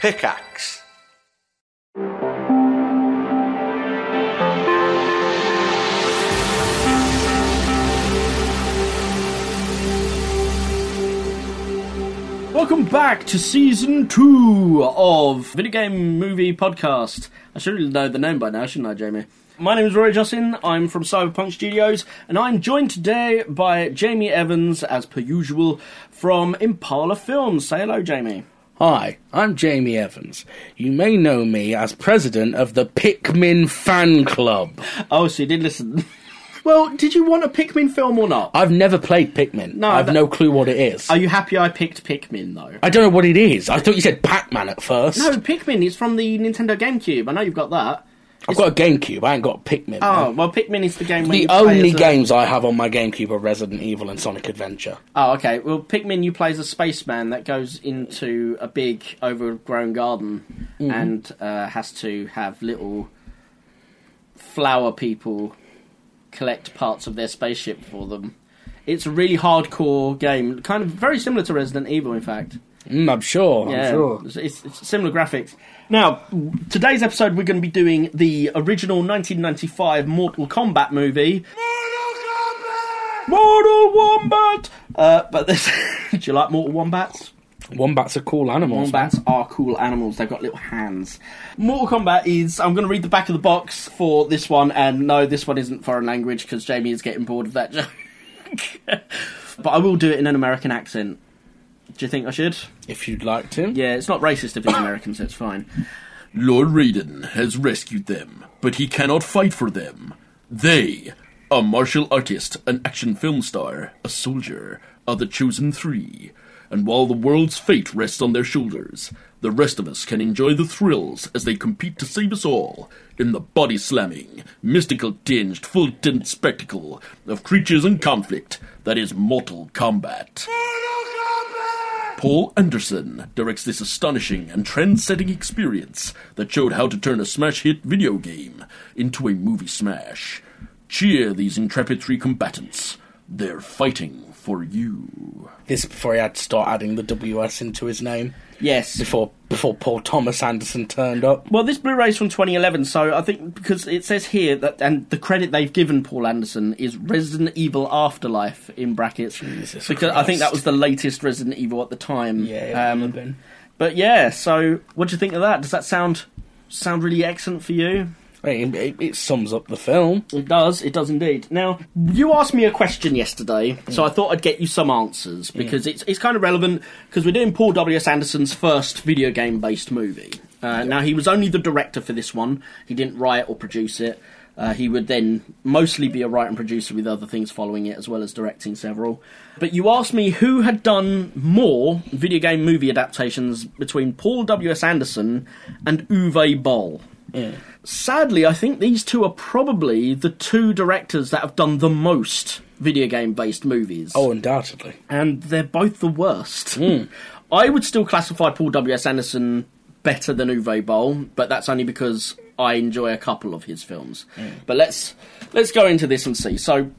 Pickaxe Welcome back to season two of Video Game Movie Podcast. I should really know the name by now, shouldn't I, Jamie? My name is Rory Justin. I'm from Cyberpunk Studios, and I'm joined today by Jamie Evans, as per usual, from Impala Films. Say hello, Jamie. Hi, I'm Jamie Evans. You may know me as president of the Pikmin fan club. Oh, so you did listen. well, did you want a Pikmin film or not? I've never played Pikmin. No, I have that- no clue what it is. Are I, you happy I picked Pikmin, though? don't know what it is. I thought you said Pac-Man at first. No, Pikmin is from the Nintendo GameCube. I know you've got that. I've got a GameCube. I ain't got Pikmin. Oh, well, Pikmin is the game where the you play only as a- games I have on my GameCube are Resident Evil and Sonic Adventure. Oh, okay. Well, Pikmin, you play as a spaceman that goes into a big overgrown garden and uh, has to have little flower people collect parts of their spaceship for them. It's a really hardcore game, kind of very similar to Resident Evil, in fact. Mm, I'm sure. Yeah, I'm sure. it's, it's- it's similar graphics. Now, today's episode, we're going to be doing the original 1995 Mortal Kombat movie. Mortal Wombat! Uh, but this, do you like Mortal Wombats? Wombat's a cool animal. Wombats are cool animals. They've got little hands. Mortal Kombat is. I'm going to read the back of the box for this one, and no, this one isn't foreign language because Jamie is getting bored of that joke. but I will do it in an American accent. Do you think I should? If you'd like to. Yeah, it's not racist if it's American, so it's fine. Lord Raiden has rescued them, but he cannot fight for them. They, a martial artist, an action film star, a soldier, are the chosen three. And while the world's fate rests on their shoulders, the rest of us can enjoy the thrills as they compete to save us all in the body slamming, mystical tinged, full tint spectacle of creatures and conflict that is Mortal Kombat. Paul Anderson directs this astonishing and trend setting experience that showed how to turn a smash hit video game into a movie smash. Cheer these intrepid three combatants. They're fighting for you. This before he had to start adding the WS into his name. Yes. Before before Paul Thomas Anderson turned up. Well, this Blu-ray's from 2011, so I think because it says here that, and the credit they've given Paul Anderson is Resident Evil Afterlife in brackets, Jesus because I think Christ. that was the latest Resident Evil at the time. Yeah, it Um, would have been. but yeah. So, what do you think of that? Does that sound sound really excellent for you? It, it, it sums up the film. It does. It does indeed. Now, you asked me a question yesterday, so I thought I'd get you some answers because it's it's kind of relevant because we're doing Paul W. S. Anderson's first video game based movie. Uh, Now, he was only the director for this one. He didn't write or produce it. Uh, he would then mostly be a writer and producer with other things following it, as well as directing several. But you asked me who had done more video game movie adaptations between Paul W.S. Anderson and Uwe Boll sadly, I think these two are probably the two directors that have done the most video game based movies. Oh, undoubtedly. And they're both the worst. I would still classify Paul W.S. Anderson better than Uwe Boll, but that's only because I enjoy a couple of his films. But let's let's go into this and see. So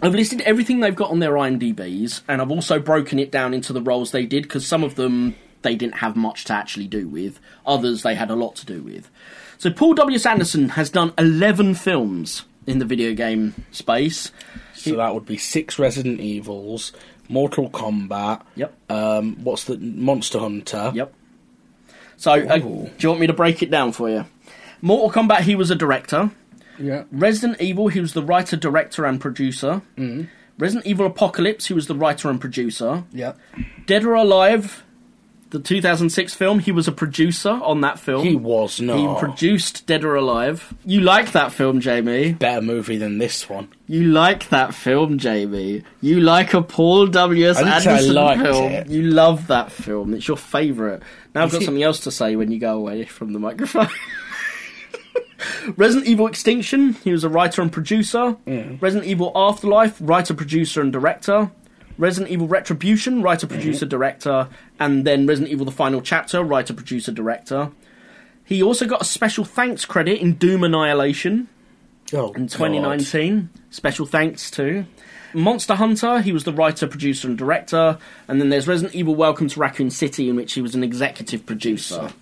I've listed everything they've got on their IMDb's, and I've also broken it down into the roles they did because some of them they didn't have much to actually do with, others they had a lot to do with. So Paul W. Sanderson has done eleven films in the video game space. So that would be six Resident Evils, Mortal Kombat. Yep. Um, what's the Monster Hunter? Yep. So, uh, do Ooh. you want me to break it down for you? Mortal Kombat, he was a director. Yeah. Resident Evil, he was the writer, director, and producer. Mm. Resident Evil Apocalypse, he was the writer and producer. Yep. Dead or Alive, the 2006 film, he was a producer on that film. He was not. He produced Dead or Alive. You like that film, Jamie. better movie than this one. You like that film, Jamie. You like a Paul W.S. I didn't say I Anderson liked film. it. You love that film. It's your favourite. Now I've got see- something else to say when you go away from the microphone. Resident Evil Extinction, he was a writer and producer. Resident Evil Afterlife, writer, producer, and director. Resident Evil Retribution, writer, producer, director. And then Resident Evil The Final Chapter, writer, producer, director. He also got a special thanks credit in Doom Annihilation Oh, in 2019. Special thanks to. Monster Hunter, he was the writer, producer, and director. And then there's Resident Evil Welcome to Raccoon City, in which he was an executive producer.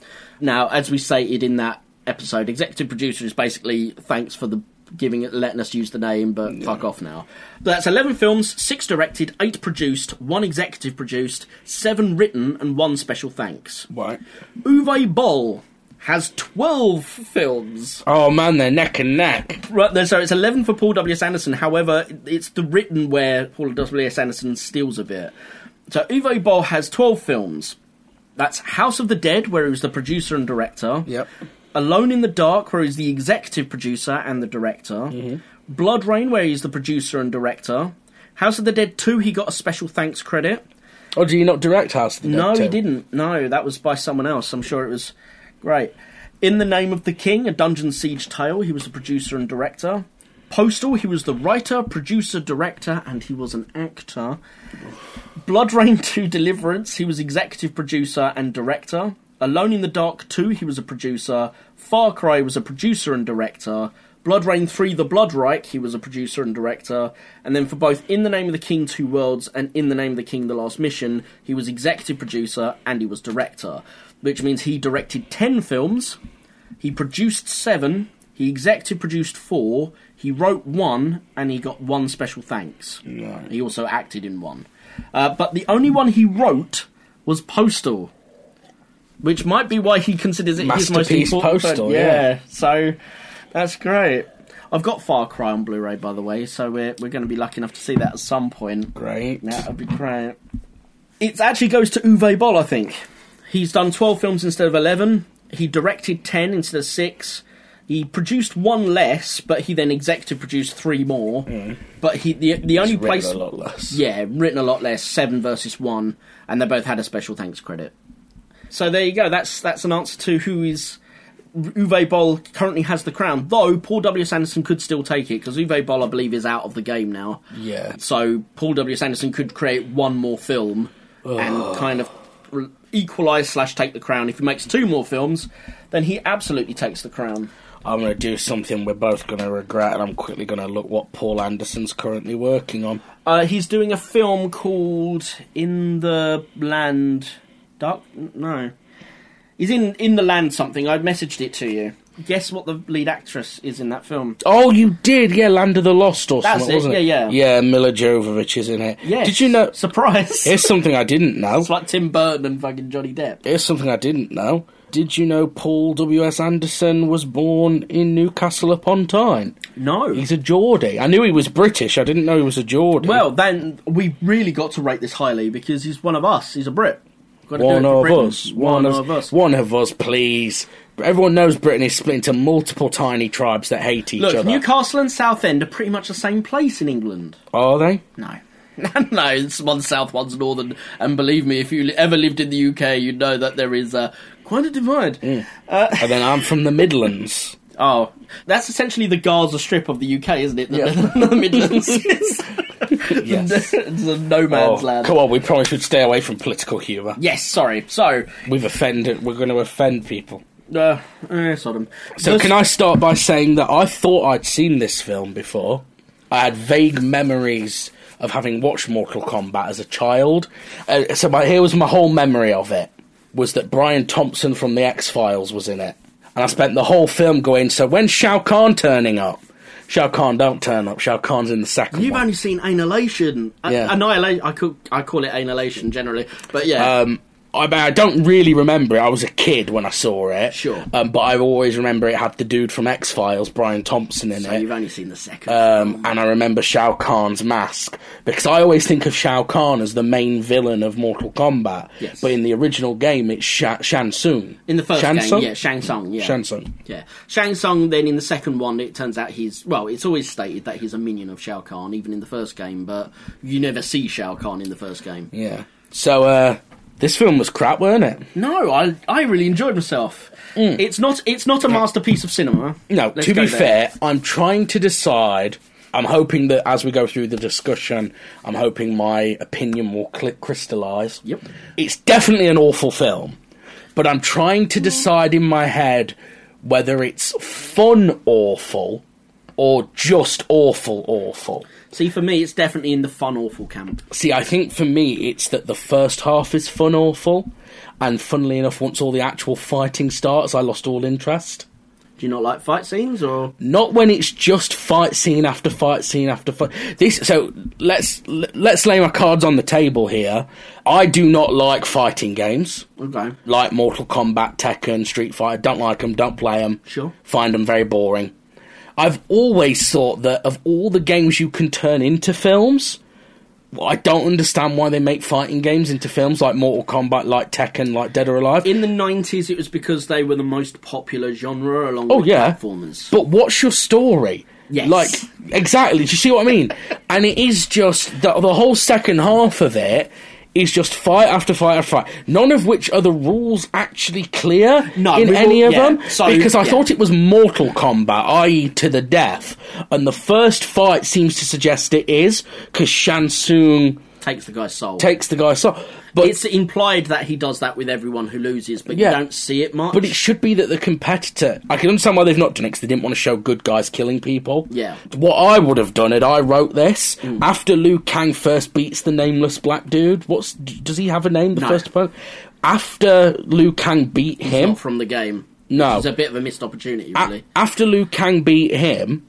Now, as we stated in that episode, executive producer is basically thanks for the giving it, letting us use the name, but fuck off now. That's 11 films, 6 directed, 8 produced, 1 executive produced, 7 written, and 1 special thanks. Right. Uwe Boll has 12 films. Oh man, they're neck and neck. Right, then, so it's 11 for Paul W.S. Anderson. However, it's the written where Paul W.S. Anderson steals a bit. So Uwe Boll has 12 films. That's House of the Dead, where he was the producer and director. Yep. Alone in the Dark, where he's the executive producer and the director. Blood Rain, where he's the producer and director. House of the Dead 2, he got a special thanks credit. Or do you Oh, not direct House of the No, Dead he too? didn't. No, that was by someone else. I'm sure it was great. In the Name of the King, a Dungeon Siege tale, he was the producer and director. Postal, he was the writer, producer, director, and he was an actor. Blood Rain 2 Deliverance, he was executive producer and director. Alone in the Dark 2, he was a producer. Far Cry was a producer and director. Blood Rain 3 The Blood Reich, he was a producer and director. And then for both In the Name of the King Two Worlds and In the Name of the King The Last Mission, he was executive producer and he was director. Which means he directed 10 films, he produced 7, he executive produced 4, he wrote 1, and he got 1 special thanks. He also acted in 1. Uh, but the only one he wrote was Postal, which might be why he considers it his most Masterpiece important. Postal, yeah. so that's great. I've got Far Cry on Blu-ray, by the way, so we're we're going to be lucky enough to see that at some point. Great. Yeah, that'd be great. It actually goes to Uwe Boll, I think. He's done 12 films instead of 11. He directed 10 instead of 6. He produced one less, but he then executive produced three more. But he the, the only Mm. Written place a lot less. yeah, written a lot less. Seven versus one, and they both had a special thanks credit. So there you go. That's that's an answer to who is Uwe Boll currently has the crown. Though Paul W. Sanderson could still take it because Uwe Boll, I believe, is out of the game now. Yeah. So Paul W. Sanderson could create one more film and kind of equalize slash take the crown. If he makes two more films, then he absolutely takes the crown. I'm going to do something we're both going to regret, and I'm quickly going to look what Paul Anderson's currently working on. Uh, he's doing a film called In the Land Dark. No, he's in In the Land something. I messaged it to you. Guess what the lead actress is in that film? Oh, you did, yeah, Land of the Lost or That's something, it, wasn't it? yeah, yeah. Yeah, Mila Jovovich is in it. Yes. Did you know? Surprise! Here's something I didn't know. it's like Tim Burton and fucking Johnny Depp. Here's something I didn't know. Did you know Paul W.S. Anderson was born in Newcastle upon Tyne? No. He's a Geordie. I knew he was British. I didn't know he was a Geordie. well, then we really got to rate this highly because he's one of us. He's a Brit. Got to do one it for of Britain. us. One, of, us. One of us, please. Everyone knows Britain is split into multiple tiny tribes that hate each Look, other. Newcastle and Southend are pretty much the same place in England. Are they? No. no, it's one's south, one's northern, and believe me, if you li- ever lived in the UK, you know that there is uh, quite a divide. Mm. and then I'm from the Midlands. Oh, that's essentially the Gaza Strip of the UK, isn't it? The, Yeah. the, Midlands is. Yes. it's a no Oh, man's land. come on, we probably should stay away from political humour. Yes, sorry. So, We've offended. We're going to offend people. uh, eh, Sodom. So can I start by saying that I thought I'd seen this film before. I had vague memories of having watched Mortal Kombat as a child. Uh, so my, here was my whole memory of it was that Brian Thompson from the X Files was in it, and I spent the whole film going. So when Shao Kahn turning up? Shao Kahn don't turn up. Shao Kahn's in the 2nd You've one. only seen Annihilation. Yeah. Annihilation. I, call, I call it Annihilation generally, but yeah. Um, I, mean, I don't really remember it. I was a kid when I saw it. Sure. Um, but I always remember it had the dude from X Files, Brian Thompson, in so it. you've only seen the second. Um, and I remember Shao Kahn's mask because I always think of Shao Kahn as the main villain of Mortal Kombat. Yes. But in the original game, it's Sha- Shang Tsung. in the first Shang Tsung? game, yeah, Shang Tsung, yeah. Shang Tsung. Yeah. Shang Tsung, then in the second one, it turns out he's. Well, it's always stated that he's a minion of Shao Kahn, even in the first game, but you never see Shao Kahn in the first game. Yeah. So uh, this film was crap, weren't it? No, I, I really enjoyed myself. It's not it's not a masterpiece of cinema. No. Let's to go be there. fair, I'm trying to decide. I'm hoping that as we go through the discussion, I'm hoping my opinion will cl- crystallise. Yep. It's definitely an awful film, but I'm trying to decide in my head whether it's fun awful or just awful, awful? See, for me, it's definitely in the fun awful camp. See, I think for me, it's that the first half is fun, awful, and funnily enough, once all the actual fighting starts, I lost all interest. Do you not like fight scenes, or Not when it's just fight scene after fight scene after fight. This so let's l- let's lay my cards on the table here. I do not like fighting games okay? like Mortal Kombat, Tekken, Street Fighter. Don't like them. Don't play them. Sure. Find them very boring. I've always thought that of all the games you can turn into films, well, I don't understand why they make fighting games into films like Mortal Kombat, like Tekken, like Dead or Alive. In the nineties, it was because they were the most popular genre along Oh, with yeah. platformers. but what's your story? Yes. Like exactly. Do you see what I mean? and it is just the, the whole second half of it is just fight after fight after fight. None of which are the rules actually clear No, we in will- any of yeah. them. So, because I yeah. thought it was Mortal Kombat, i.e., to the death. And the first fight seems to suggest it is because Shansung Takes the guy's soul. takes the guy. So, but it's implied that he does that with everyone who loses, but Yeah. you don't see it much. But it should be that the competitor. I can understand why they've not done it because they didn't want to show good guys killing people. Yeah. Mm. What I would have done it, I wrote this after Liu Kang first beats the nameless black dude. What's d- does he have a name? The No. first opponent. After Liu Kang beat him, Oh. Ah. Not from the game. No. it's a bit of a missed opportunity, a- really. after Liu Kang beat him,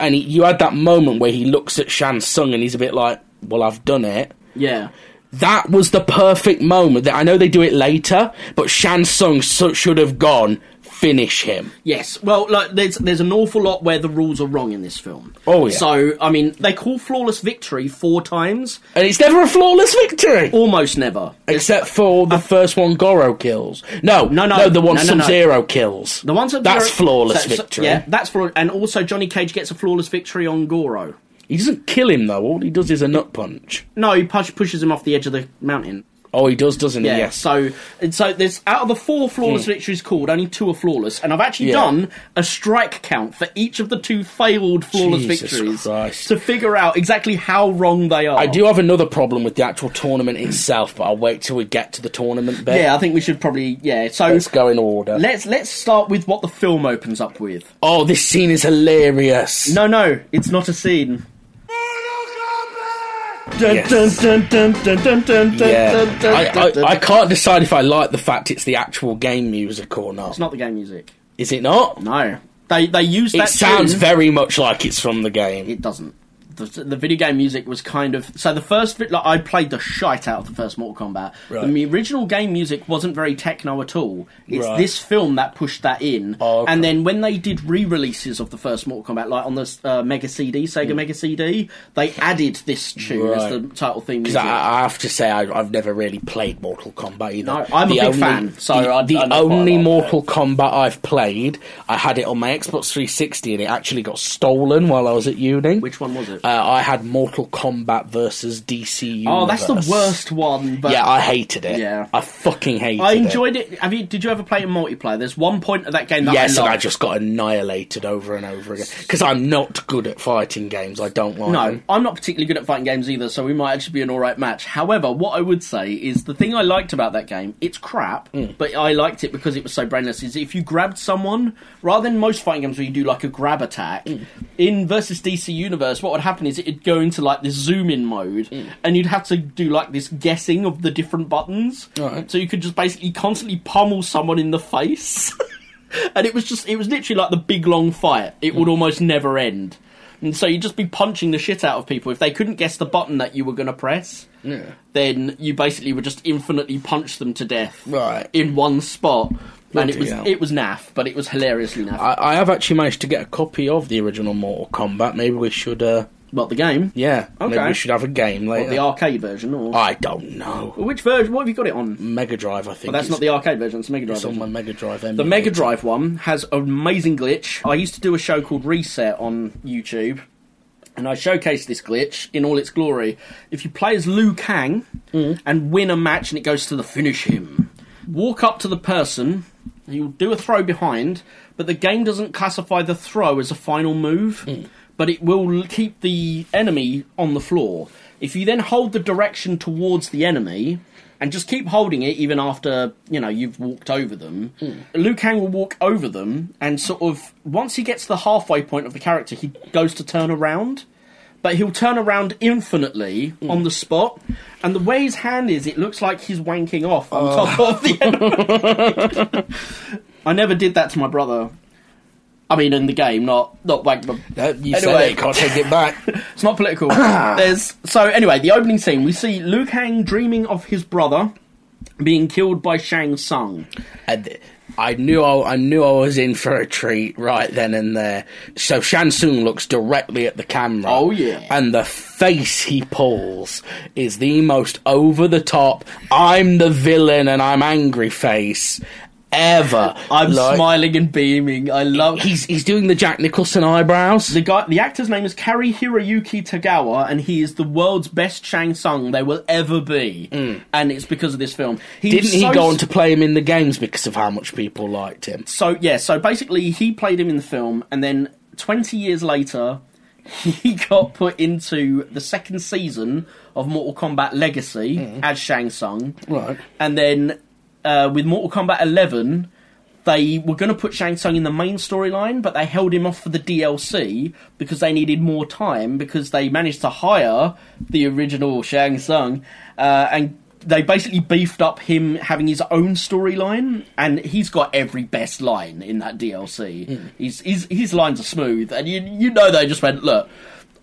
and he, you had that moment where he looks at Shan Tsung and he's a bit like, "Well, I've done it." yeah, That was the perfect moment. That I know they do it later, but Shan Tsung so- should have gone finish him. yes. Well, like there's there's an awful lot where the rules are wrong in this film. Oh, yeah. So I mean, they call flawless victory four times, And it's never a flawless victory! almost never. Except for the first one Goro kills. No, Ah. No, no, the one no, no, Sub no. Zero kills. The ones that That's Zero- flawless so- so- victory. yeah, that's flawless. And also, Johnny Cage gets a flawless victory on Goro. He doesn't kill him, though. All he does is a nut punch. No, he push, pushes him off the edge of the mountain. Oh, he does, doesn't Yeah. he? Yes. So and so there's out of the four flawless victories called, only two are flawless, and I've actually Hmm. Yeah. done a strike count for each of the two failed flawless Jesus victories Christ. to figure out exactly how wrong they are. I do have another problem with the actual tournament itself, but I'll wait till we get to the tournament bit. Yeah, I think we should probably yeah. So Let's go in order. let's let's start with what the film opens up with. oh, this scene is hilarious. No, no, it's not a scene. Dun, Yes. dun, dun, dun, dun, dun, dun, Yeah. dun, dun, I, dun, I, I dun. can't decide if I like the fact it's the actual game music or not. It's not the game music. Is it not? No, they they use that. It sounds tune. very much like it's from the game. It doesn't. The, the video game music was kind of so the first bit. Like, I played the shite out of the first Mortal Kombat. Right. The original game music wasn't very techno at all. It's Right. this film that pushed that in. Oh, okay. And then when they did re-releases of the first Mortal Kombat, like on the uh, Mega CD, Sega Mega CD, they added this tune as Hmm. Right. the title theme music. Because I, I have to say, I, I've never really played Mortal Kombat either. No, I'm a big fan, so the, I- I the know quite a only lot of Mortal Kombat I've played, I had it on my Xbox 360, and it actually got stolen while I was at uni. Which one was it? Uh, I had Mortal Kombat versus DC oh, that's the Universe. worst one. But Yeah, I hated it. Yeah. I fucking hated it. I enjoyed it. Have you? Did you ever play it in multiplayer? There's one point of that game that Yes, I and I loved. just got annihilated over and over again because I'm not good at fighting games. I don't like No, them. I'm not particularly good at fighting games either, so we might actually be an alright match. However, what I would say is the thing I liked about that game, it's crap, but I liked it because it was so brainless, is if you grabbed someone, rather than most fighting games where you do like a grab attack, in versus DC Universe, what would happen is it'd go into like this zoom in mode, and you'd have to do like this guessing of the different buttons. Right. So you could just basically constantly pummel someone in the face. and it was just it was literally like the big long fight it Hmm. would almost never end and so you'd just be punching the shit out of people if they couldn't guess the button that you were going to press then you basically would just infinitely punch them to death Right. in one spot and Bloody it was hell. it was naff but it was hilariously naff I, I have actually managed to get a copy of the original Mortal Kombat. Maybe we should. Uh, well the game Yeah. Maybe Okay. we should have a game What, later. the arcade version or I don't know. which version what have you got it on Mega Drive, I think. well, that's not the arcade version it's the mega drive It's on version. my Mega Drive. The Mega Drive one has an amazing glitch. I used to do a show called Reset on YouTube, and I showcased this glitch in all its glory. If you play as Liu Kang and win a match and it goes to the finish him, walk up to the person, you'll do a throw behind, but the game doesn't classify the throw as a final move, but it will keep the enemy on the floor. If you then hold the direction towards the enemy and just keep holding it even after, you know, you've walked over them, Liu Kang will walk over them and sort of once he gets to the halfway point of the character, he goes to turn around. But he'll turn around infinitely on the spot, and the way his hand is, it looks like he's wanking off on top of the enemy. I never did that to my brother. I mean, in the game, not not wank. But No, Uh, you said Anyway. it, can't take it back. it's not political. There's so anyway, the opening scene we see Liu Kang dreaming of his brother being killed by Shang Tsung. And I knew I, I knew I was in for a treat right then and there. So Shansung looks directly at the camera. Oh, yeah. And the face he pulls is the most over the top. I'm the villain and I'm angry face ever. I'm Like, smiling and beaming. I love He's he's doing the Jack Nicholson eyebrows. the guy. The actor's name is Kari Hiroyuki Tagawa, and he is the world's best Shang Tsung there will ever be. And it's because of this film. He Mm. Didn't was he so go on to play him in the games because of how much people liked him? So yeah, so basically he played him in the film, and then twenty years later, he got put into the second season of Mortal Kombat Legacy as Shang Tsung. Right. and then uh, with Mortal Kombat Eleven. They were going to put Shang Tsung in the main storyline, but they held him off for the DLC because they needed more time because they managed to hire the original Shang Tsung uh, and they basically beefed up him having his own storyline, and he's got every best line in that DLC. He's, he's, his lines are smooth, and you you know they just went, look.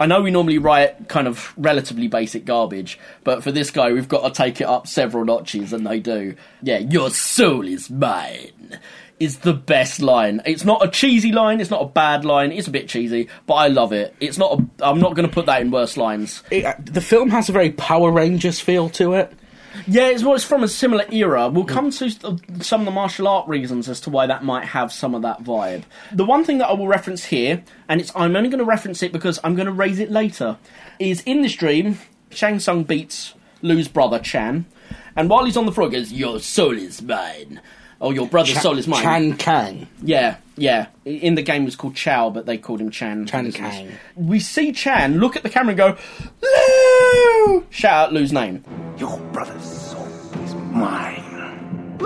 I know we normally write kind of relatively basic garbage, but for this guy, we've got to take it up several notches, and they do. Yeah, your soul is mine is the best line. It's not a cheesy line. It's not a bad line. It's a bit cheesy, but I love it. It's not. A, I'm not going to put that in worse lines. It, uh, the film has a very Power Rangers feel to it. Yeah, it's, well, it's from a similar era. We'll come to s- uh, some of the martial art reasons as to why that might have some of that vibe. The one thing that I will reference here, and it's I'm only going to reference it because I'm going to raise it later, is in this dream, Shang Tsung beats Lu's brother Chan, and while he's on the floor, he goes, "Your soul is mine." or your brother's soul is mine. Chan Kang. Yeah, yeah. In the game, it was called Chow, but they called him Chan. Chan Kang. We see Chan look at the camera and go, Lou! Shout out Lou's name. Oh, Your brother's soul is mine.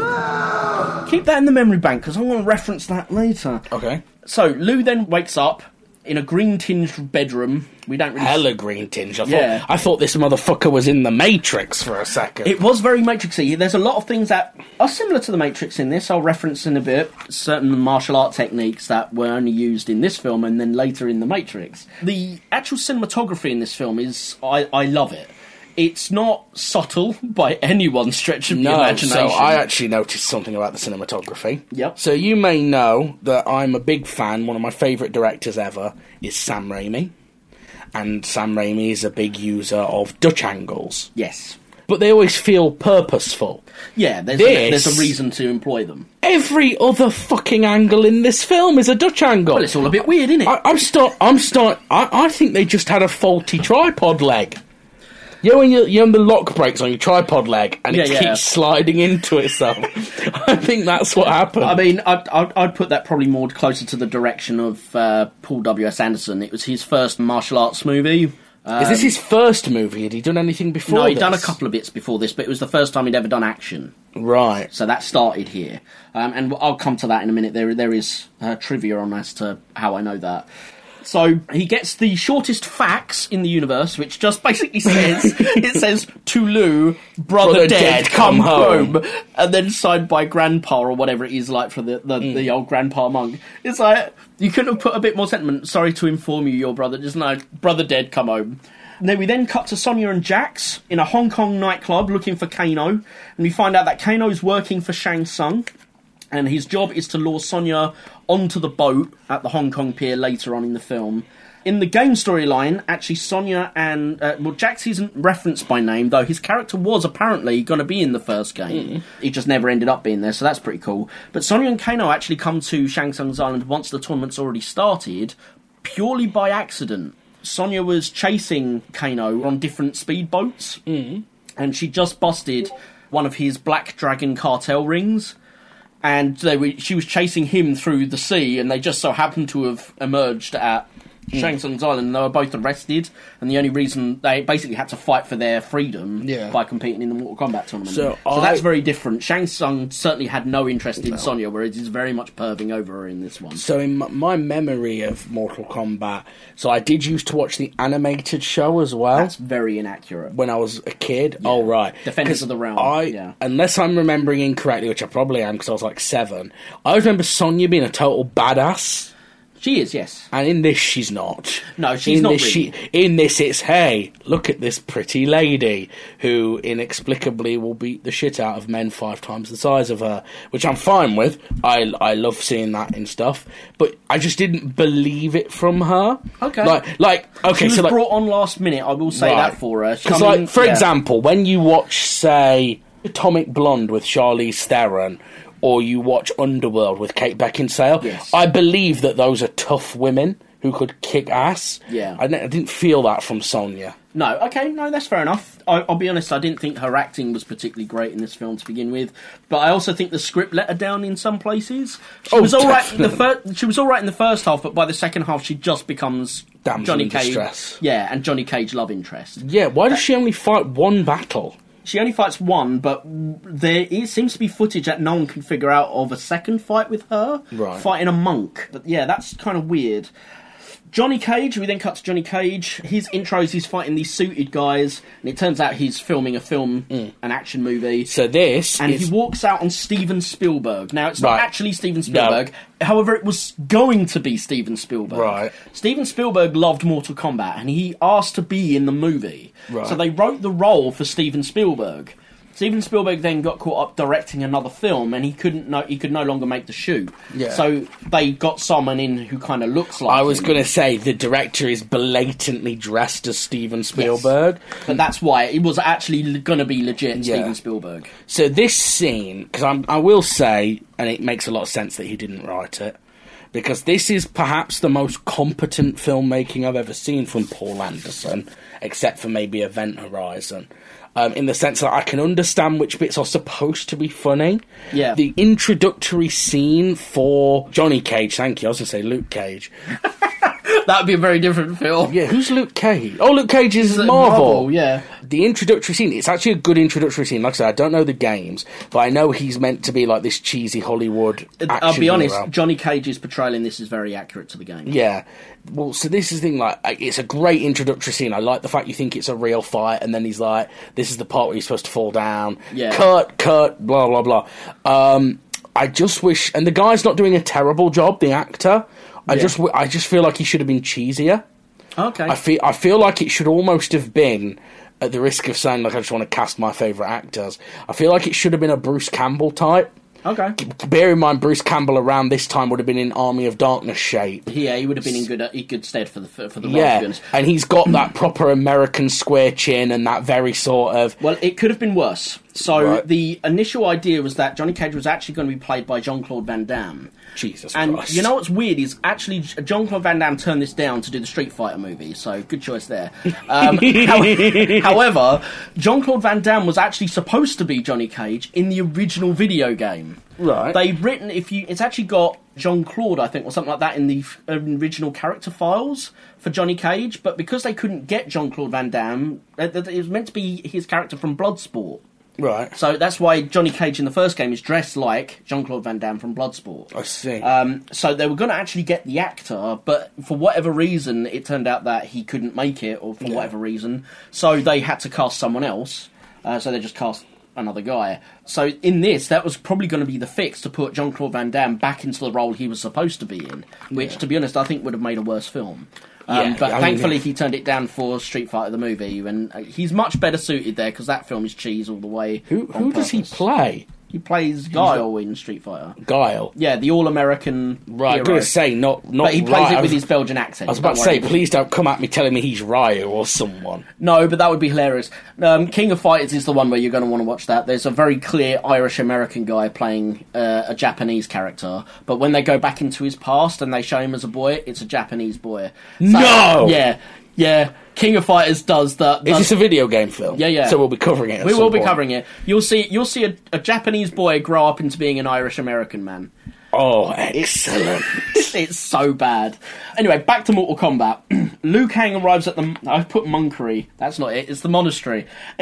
Keep that in the memory bank because I want to reference that later. Okay. So Lou then wakes up in a green tinged bedroom. We don't really. hella green tinge. I Yeah. thought I thought this motherfucker was in the Matrix for a second. It was very Matrixy. There's a lot of things that are similar to the Matrix in this. I'll reference in a bit certain martial art techniques that were only used in this film and then later in the Matrix. The actual cinematography in this film is I, I love it. It's not subtle by anyone's stretch of the no, so imagination. I actually noticed something about the cinematography. Yep. So you may know that I'm a big fan. One of my favourite directors ever is Sam Raimi, and Sam Raimi is a big user of Dutch angles, yes, but they always feel purposeful. yeah. There's a, This- there's a reason to employ them. Every other fucking angle in this film is a Dutch angle. Well, it's all a bit weird, isn't it? I, I'm start. I'm start. I, I think they just had a faulty tripod leg. You know when you, you know when the lock breaks on your tripod leg and it Yeah, yeah. keeps sliding into itself. I think that's what happened. I mean, I'd, I'd, I'd put that probably more closer to the direction of uh, Paul W. S. Anderson. It was his first martial arts movie. Is this his first movie? Had he Um, done anything before? No, he'd this? done a couple of bits before this, but it was the first time he'd ever done action. Right. So that started here, um, and I'll come to that in a minute. There, there is uh, trivia on as to how I know that. So he gets the shortest fax in the universe, which just basically says it says to Lou, brother, Brother dead, dead, come, come home. home." and then signed by grandpa or whatever it is like for the the, the old grandpa monk. It's like you couldn't have put a bit more sentiment. Sorry to inform you, your brother just no brother dead, come home. And then we then cut to Sonia and Jax in a Hong Kong nightclub looking for Kano, and we find out that Kano's working for Shang Tsung, and his job is to lure Sonia onto the boat at the Hong Kong pier later on in the film. In the game storyline, actually, Sonia and uh, well, Jax isn't referenced by name though. His character was apparently going to be in the first game. He just never ended up being there, so that's pretty cool. But Sonia and Kano actually come to Shang Tsung's island once the tournament's already started, purely by accident. Sonia was chasing Kano on different speedboats, and she just busted one of his Black Dragon cartel rings and they were, she was chasing him through the sea, and they just so happened to have emerged at Hmm. Shang Tsung's Island, they were both arrested, and the only reason they basically had to fight for their freedom Yeah. by competing in the Mortal Kombat tournament. So I- that's very different. Shang Tsung certainly had no interest in Sonya, whereas he's very much perving over her in this one. So in m- my memory of Mortal Kombat, so I did used to watch the animated show as well That's very inaccurate. when I was a kid. Oh right, Defenders 'Cause of the Realm, I, yeah. unless I'm remembering incorrectly, which I probably am because I was like seven. I always remember Sonya being a total badass, She is, yes. and in this she's not. No, she's in not This, really. in this, it's hey, look at this pretty lady who inexplicably will beat the shit out of men five times the size of her, which I'm fine with. I I love seeing that in stuff, but I just didn't believe it from her. Okay. like like okay, She was so like, brought on last minute. I will say Right. that for her. Because, I mean, like, for yeah. example, when you watch, say, Atomic Blonde with Charlize Theron, or you watch Underworld with Kate Beckinsale, Yes. I believe that those are tough women who could kick ass. Yeah. I, ne- I didn't feel that from Sonya. No, okay, no, that's fair enough. I, I'll be honest, I didn't think her acting was particularly great in this film to begin with, but I also think the script let her down in some places. She Oh, was all right. In the fir- she was all right in the first half, but by the second half, she just becomes Damsel Johnny in Cage. distress. Yeah, and Johnny Cage love interest. Yeah, why does she only fight one battle? She only fights one, but there is, seems to be footage that no one can figure out of a second fight with her Right. fighting a monk. But yeah, that's kind of weird. Johnny Cage, we then cut to Johnny Cage. His intros, he's fighting these suited guys, and it turns out he's filming a film, an action movie. Mm. So this and is... he walks out on Steven Spielberg. Now, it's not Right. actually Steven Spielberg. However, it was going to be Steven Spielberg. Right. Steven Spielberg loved Mortal Kombat, and he asked to be in the movie. Right. So they wrote the role for Steven Spielberg. Steven Spielberg then got caught up directing another film, and he couldn't. No, he could no longer make the shoot. Yeah. So they got someone in who kind of looks like. I was him. going to say the director is blatantly dressed as Steven Spielberg. but that's why it was actually going to be legit. Yeah. Steven Spielberg. So this scene, because I will say, and it makes a lot of sense that he didn't write it, because this is perhaps the most competent filmmaking I've ever seen from Paul Anderson, except for maybe Event Horizon. Um, in the sense that I can understand which bits are supposed to be funny. Yeah. The introductory scene for Johnny Cage, thank you, I was going to say Luke Cage. That would be a very different film. Yeah, who's Luke Cage? Oh, Luke Cage is Marvel. Marvel, yeah. The introductory scene, it's actually a good introductory scene. Like I said, I don't know the games, but I know he's meant to be like this cheesy Hollywood action I'll be honest, hero. Johnny Cage's portrayal in this is very accurate to the game. Yeah. Well, so this is the thing, like, I- it's a great introductory scene. I like the fact you think it's a real fight, and then he's like, this is the part where you're supposed to fall down. Yeah. Cut, cut, blah, blah, blah. Um, I just wish, and the guy's not doing a terrible job, the actor. I Yeah. just, w- I just feel like he should have been cheesier. Okay. I feel I feel like it should almost have been at the risk of saying like I just want to cast my favourite actors. I feel like it should have been a Bruce Campbell type. okay. Bear in mind, Bruce Campbell around this time would have been in Army of Darkness shape. Yeah, he would have been in good uh, in good stead for the for the role. to be Yeah, honest. and he's got that proper American square chin and that very sort of Well, it could have been worse. So Right. the initial idea was that Johnny Cage was actually going to be played by Jean Claude Van Damme. Jesus And Christ. you know what's weird is actually John Claude Van Damme turned this down to do the Street Fighter movie, so good choice there. Um, how- however, John Claude Van Damme was actually supposed to be Johnny Cage in the original video game. Right. They've written if you, it's actually got John Claude, I think, or something like that in the f- um, original character files for Johnny Cage, but because they couldn't get John Claude Van Damme, uh, th- th- it was meant to be his character from Bloodsport. right. So that's why Johnny Cage in the first game is dressed like Jean Claude Van Damme from Bloodsport. I see. Um, so they were going to actually get the actor, but for whatever reason, it turned out that he couldn't make it, or for whatever reason, so they had to cast someone else. Uh, so they just cast another guy. So in this, that was probably going to be the fix to put Jean Claude Van Damme back into the role he was supposed to be in, which, to be honest, I think would have made a worse film. Um, Yeah, but I mean, thankfully, yeah. he turned it down for Street Fighter the movie, and uh, he's much better suited there because that film is cheese all the way. who on who does he purpose. play? He plays Guile in Street Fighter. Guile. Yeah, the all-American Right, I'm hero. gonna say not not. but he plays right. it I with was- his Belgian accent. I was about to don't say, worry. please don't come at me telling me he's Ryu or someone. No, but that would be hilarious. Um, King of Fighters is the one where you're going to want to watch that. There's a very clear Irish American guy playing uh, a Japanese character, but when they go back into his past and they show him as a boy, it's a Japanese boy. So- No! Yeah, yeah. King of Fighters does that. Is does- this a video game film? Yeah, yeah. So we'll be covering it. at we some will be point. covering it. You'll see. You'll see a, a Japanese boy grow up into being an Irish American man. Oh, excellent. it's so bad. Anyway, back to Mortal Kombat. Liu Kang arrives at the. I've put monkery. That's not it. It's the monastery.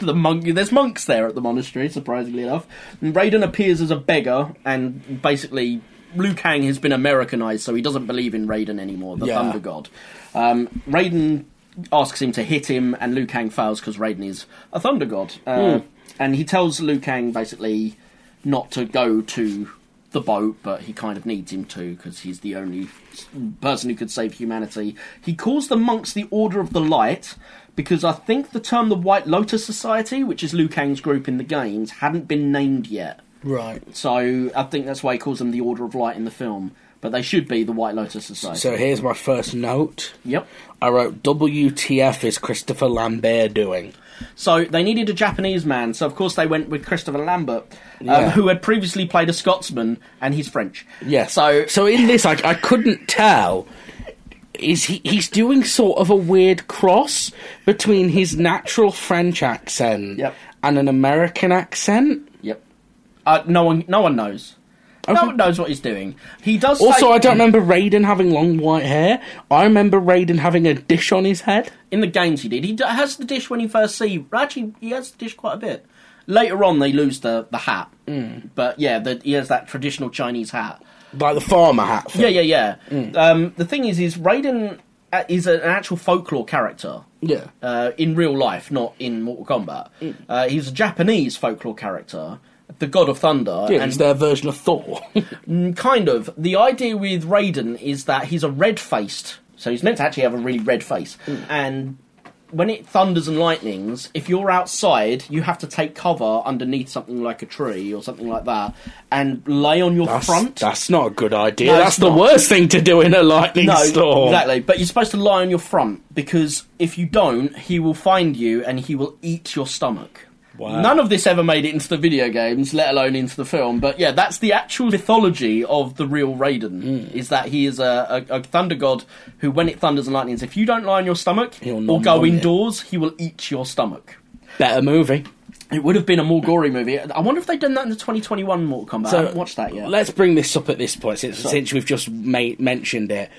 the monk. There's monks there at the monastery. Surprisingly enough, and Raiden appears as a beggar and basically. Liu Kang has been Americanized, so he doesn't believe in Raiden anymore, the Yeah. Thunder God. Um, Raiden asks him to hit him, and Liu Kang fails because Raiden is a Thunder God. Uh, And he tells Liu Kang basically not to go to the boat, but he kind of needs him to because he's the only s- person who could save humanity. He calls the monks the Order of the Light because I think the term the White Lotus Society, which is Liu Kang's group in the games, hadn't been named yet. right. So I think that's why he calls them the Order of Light in the film. But they should be the White Lotus Society. So here's my first note. yep. I wrote, WTF is Christopher Lambert doing? So they needed a Japanese man, so of course they went with Christopher Lambert, um, Yeah. who had previously played a Scotsman, and he's French. Yeah. So, so in this, I, I couldn't tell. Is he? He's doing sort of a weird cross between his natural French accent Yep. and an American accent. yep. Uh, no one, no one knows. No Okay. one knows what he's doing. He does. Also, say- I don't remember Raiden having long white hair. I remember Raiden having a dish on his head. in the games he did. He d- has the dish when he first see. Actually, he has the dish quite a bit. Later on, they lose the the hat, Mm. but yeah, the, he has that traditional Chinese hat. Like the farmer hat. Thing. Yeah, yeah, yeah. Mm. Um, the thing is, is Raiden uh, is a- an actual folklore character. Yeah. uh, in real life, not in Mortal Kombat. Mm. Uh, he's a Japanese folklore character, the God of Thunder, Yeah, and he's their version of Thor. Mm, kind of the idea with Raiden is that he's a red-faced, so he's meant to actually have a really red face, and. When it thunders and lightnings, if you're outside, you have to take cover underneath something like a tree or something like that, and lay on your that's, front. that's not a good idea. No, that's it's the not. worst thing to do in a lightning No, storm. exactly. But you're supposed to lie on your front because if you don't, he will find you and he will eat your stomach. Wow. None of this ever made it into the video games, let alone into the film. But yeah, that's the actual mythology of the real Raiden. Hmm. Is that he is a, a, a thunder god who, when it thunders and lightnings, if you don't lie on your stomach He'll or go nom-nom it. indoors, he will eat your stomach. Better movie. It would have been a more gory movie. I wonder if they've done that in the 2021 Mortal Kombat. I haven't watched that yet. Let's bring this up at this point, since, since we've just ma- mentioned it.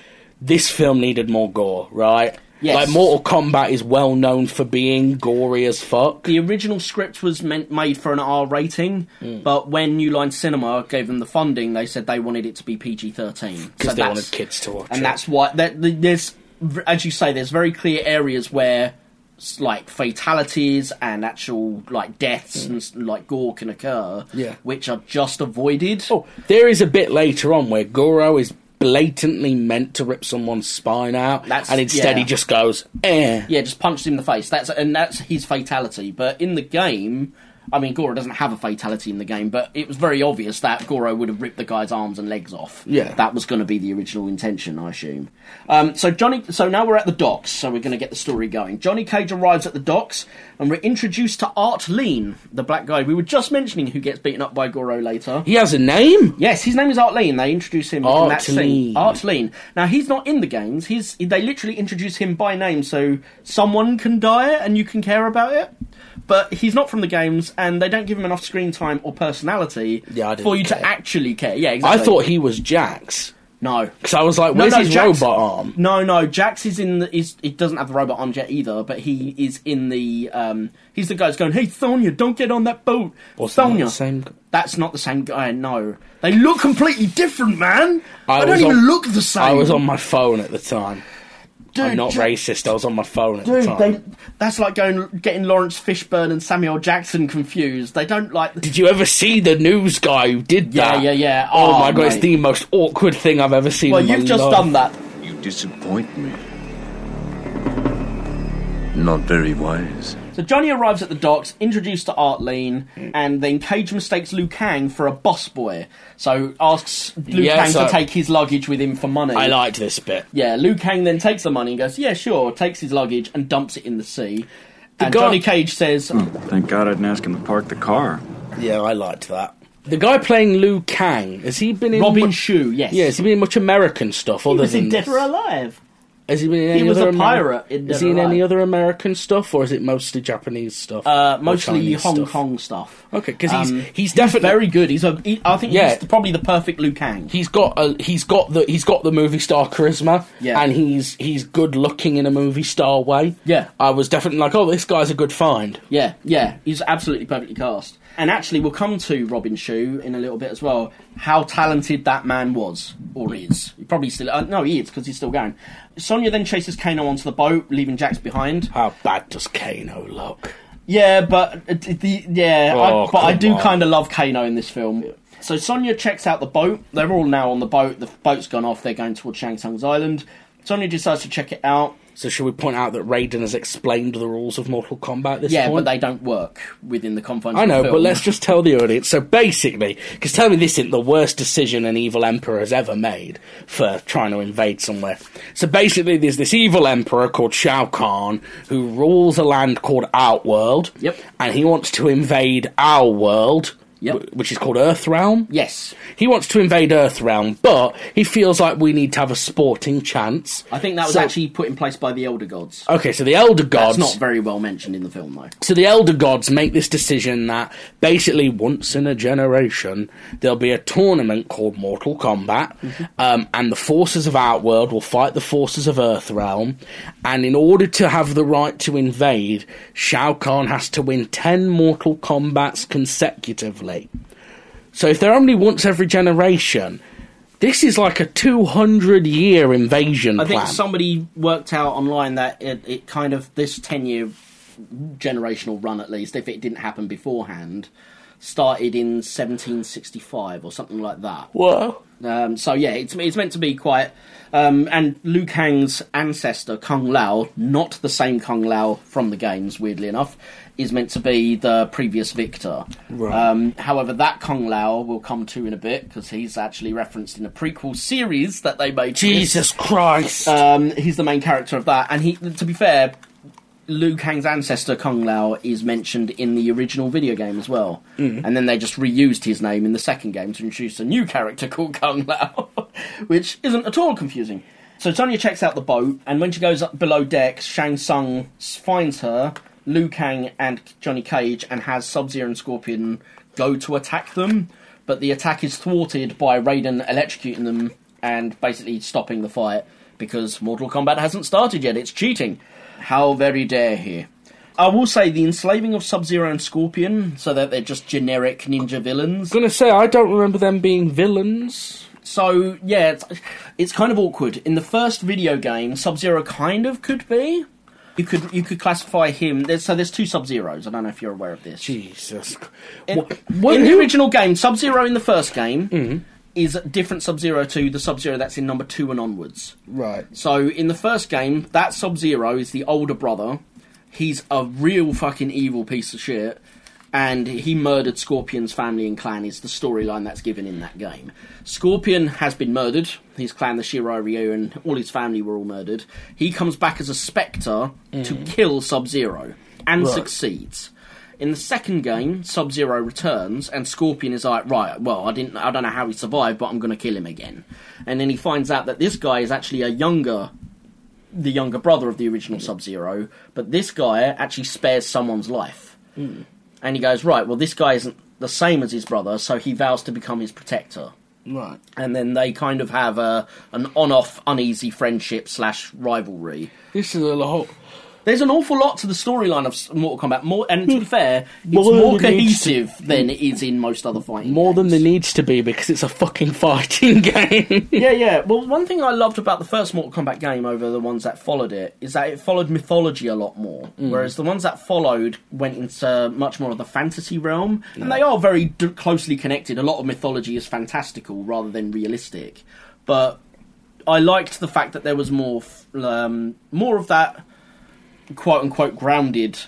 This film needed more gore, right? Yes. Like Mortal Kombat is well known for being gory as fuck. the original script was meant made for an R rating, Hmm. but when New Line Cinema gave them the funding, they said they wanted it to be PG thirteen they wanted kids to watch and it. that's why that th- there's as you say, there's very clear areas where s- like fatalities and actual like deaths and s- like gore can occur, Hmm. Yeah. which are just avoided. Oh, there is a bit later on where Goro is blatantly meant to rip someone's spine out, That's- and instead yeah. he just goes, eh. Yeah, just punched him in the face. That's and that's his fatality. But in the game, I mean, Goro doesn't have a fatality in the game, but it was very obvious that Goro would have ripped the guy's arms and legs off. Yeah. that was going to be the original intention, I assume. Um, so Johnny, so now we're at the docks. So we're going to get the story going. Johnny Cage arrives at the docks, and we're introduced to Art Lean, the black guy we were just mentioning, who gets beaten up by Goro later. He has a name? Yes, his name is Art Lean. They introduce him in Art that scene. Lean. Art Lean. Now he's not in the games. He's they literally introduce him by name, so someone can die and you can care about it. But he's not from the games, and they don't give him enough screen time or personality Yeah, I didn't for you to care. actually care. Yeah, I exactly. thought he was Jax. no. Because I was like, where's no, his Jax- robot arm? No, no, Jax is in the. Is, he doesn't have the robot arm yet either, but he is in the. Um, he's the guy who's going, "Hey, Sonya, don't get on that boat." Wasn't that Sonya, the same g- That's not the same guy. No, they look completely different, man. I, don't was even on- look the same. I was on my phone at the time. Dude, I'm not Ja- racist, I was on my phone at the Dude, time. they, that's like going getting Lawrence Fishburne and Samuel Jackson confused. They don't like. Did you ever see the news guy who did Yeah, that? yeah, yeah. Oh, Oh, my god, it's mate. the most awkward thing I've ever seen. Well, in my you've just life. done that. You disappoint me. Not very wise. So Johnny arrives at the docks, introduced to Art Lean, Hmm. and then Cage mistakes Liu Kang for a boss boy. So asks Liu Yeah, Kang so- to take his luggage with him for money. I liked this bit. yeah, Liu Kang then takes the money and goes, "Yeah, sure." Takes his luggage and dumps it in the sea. and guy- Hmm. Johnny Cage says, Thank God I didn't ask him to park the car. Yeah, I liked that. The guy playing Liu Kang has he been in? "Robin much- Shoe, yes, yeah, has he been in much American stuff he other was than in Dead this? or Alive." Has he been in He any was other a Ameri- pirate in Is Dead he in or any Alive. other American stuff, or is it mostly Japanese stuff? Uh, Or mostly Chinese Hong stuff? Kong stuff. Okay, because he's Um, he's definitely very good. He's a. He, I think Yeah. he's probably the perfect Liu Kang. he's got a he's got the he's got the movie star charisma Yeah. and he's he's good looking in a movie star way Yeah. i was definitely like oh this guy's a good find Yeah, yeah, he's absolutely perfectly cast. And actually, we'll come to Robin Shu in a little bit as well. How talented that man was, or is. He probably still. Uh, no, he is because he's still going. Sonya then chases Kano onto the boat, leaving Jax behind. how bad does kano look Yeah, but uh, d- the yeah, Oh, I, but I come do on. kind of love Kano in this film. So Sonya checks out the boat. They're all now on the boat. The boat's gone off. They're going towards Shang Tsung's island. Sonya decides to check it out. so should we point out that raiden has explained the rules of mortal kombat at this Yeah, point but they don't work within the confines. I of the know, but film. let's just tell the audience. So basically, because tell me this isn't the worst decision an evil emperor has ever made for trying to invade somewhere. So basically, there's this evil emperor called Shao Kahn who rules a land called Outworld. Yep. And he wants to invade our world, Yep. wh- which is called Earthrealm. Yes, He wants to invade Earthrealm, but he feels like we need to have a sporting chance. I think that was So- actually put in place by the Elder Gods. Okay, so the Elder Gods. That's not very well mentioned in the film, though. So the elder gods make this decision that basically once in a generation there'll be a tournament called Mortal Kombat, Mm-hmm. um, and the forces of Outworld will fight the forces of Earthrealm, and in order to have the right to invade, Shao Kahn has to win ten Mortal Kombats consecutively. So if they're only once every generation, this is like a two hundred year invasion I think plan. somebody worked out online that it, it kind of this ten year generational run, at least if it didn't happen beforehand, started in 1765 or something like that. Whoa. Um, so yeah, it's it's meant to be quite. Um, and Liu Kang's ancestor Kung Lao, not the same Kung Lao from the games, weirdly enough, is meant to be the previous victor. Right. Um, however, that Kung Lao we'll come to in a bit because he's actually referenced in a prequel series that they made. to this. Jesus Christ. Um, he's the main character of that, and he, to be fair, Liu Kang's ancestor Kung Lao is mentioned in the original video game as well, and then they just reused his name in the second game to introduce a new character called Kung Lao, which isn't at all confusing. So Sonya checks out the boat, and when she goes up below deck, Shang Tsung s- finds her, Liu Kang, and Johnny Cage, and has Sub Zero and Scorpion go to attack them, but the attack is thwarted by Raiden electrocuting them and basically stopping the fight because Mortal Kombat hasn't started yet. It's cheating. How very dare he? I will say the enslaving of Sub Zero and Scorpion, so that they're just generic ninja villains. gonna say I don't remember them being villains. So yeah, it's, it's kind of awkward. In the first video game, Sub Zero kind of could be. You could you could classify him. There's, so there's two Sub Zeros. I don't know if you're aware of this. Jesus. In, what- Mm-hmm. in the who- original game, Sub Zero in the first game is different Sub Zero to the Sub Zero that's in number two and onwards. Right. So in the first game, that Sub Zero is the older brother. He's a real fucking evil piece of shit. And he murdered Scorpion's family and clan, is the storyline that's given in that game. Scorpion has been murdered. His clan, the Shirai Ryu, and all his family were all murdered. He comes back as a spectre to kill Sub Zero and succeeds. In the second game, Sub Zero returns, and Scorpion is like, right, well, I didn't, I don't know how he survived, but I'm going to kill him again. And then he finds out that this guy is actually a younger, the younger brother of the original Sub Zero, but this guy actually spares someone's life. And he goes, right, well, this guy isn't the same as his brother, so he vows to become his protector. Right. And then they kind of have a an on-off, uneasy friendship slash rivalry. This is a whole. There's an awful lot to the storyline of S- Mortal Kombat. More, and to be fair, it's Hmm. More more, than it needs to- cohesive than it is in most other fighting. More than games. there needs to be because it's a fucking fighting game. yeah, yeah. Well, one thing I loved about the first Mortal Kombat game over the ones that followed it is that it followed mythology a lot more, Hmm. whereas the ones that followed went into much more of the fantasy realm, and they are very d- closely connected. A lot of mythology is fantastical rather than realistic, but I liked the fact that there was more, f- um, more of that quote unquote grounded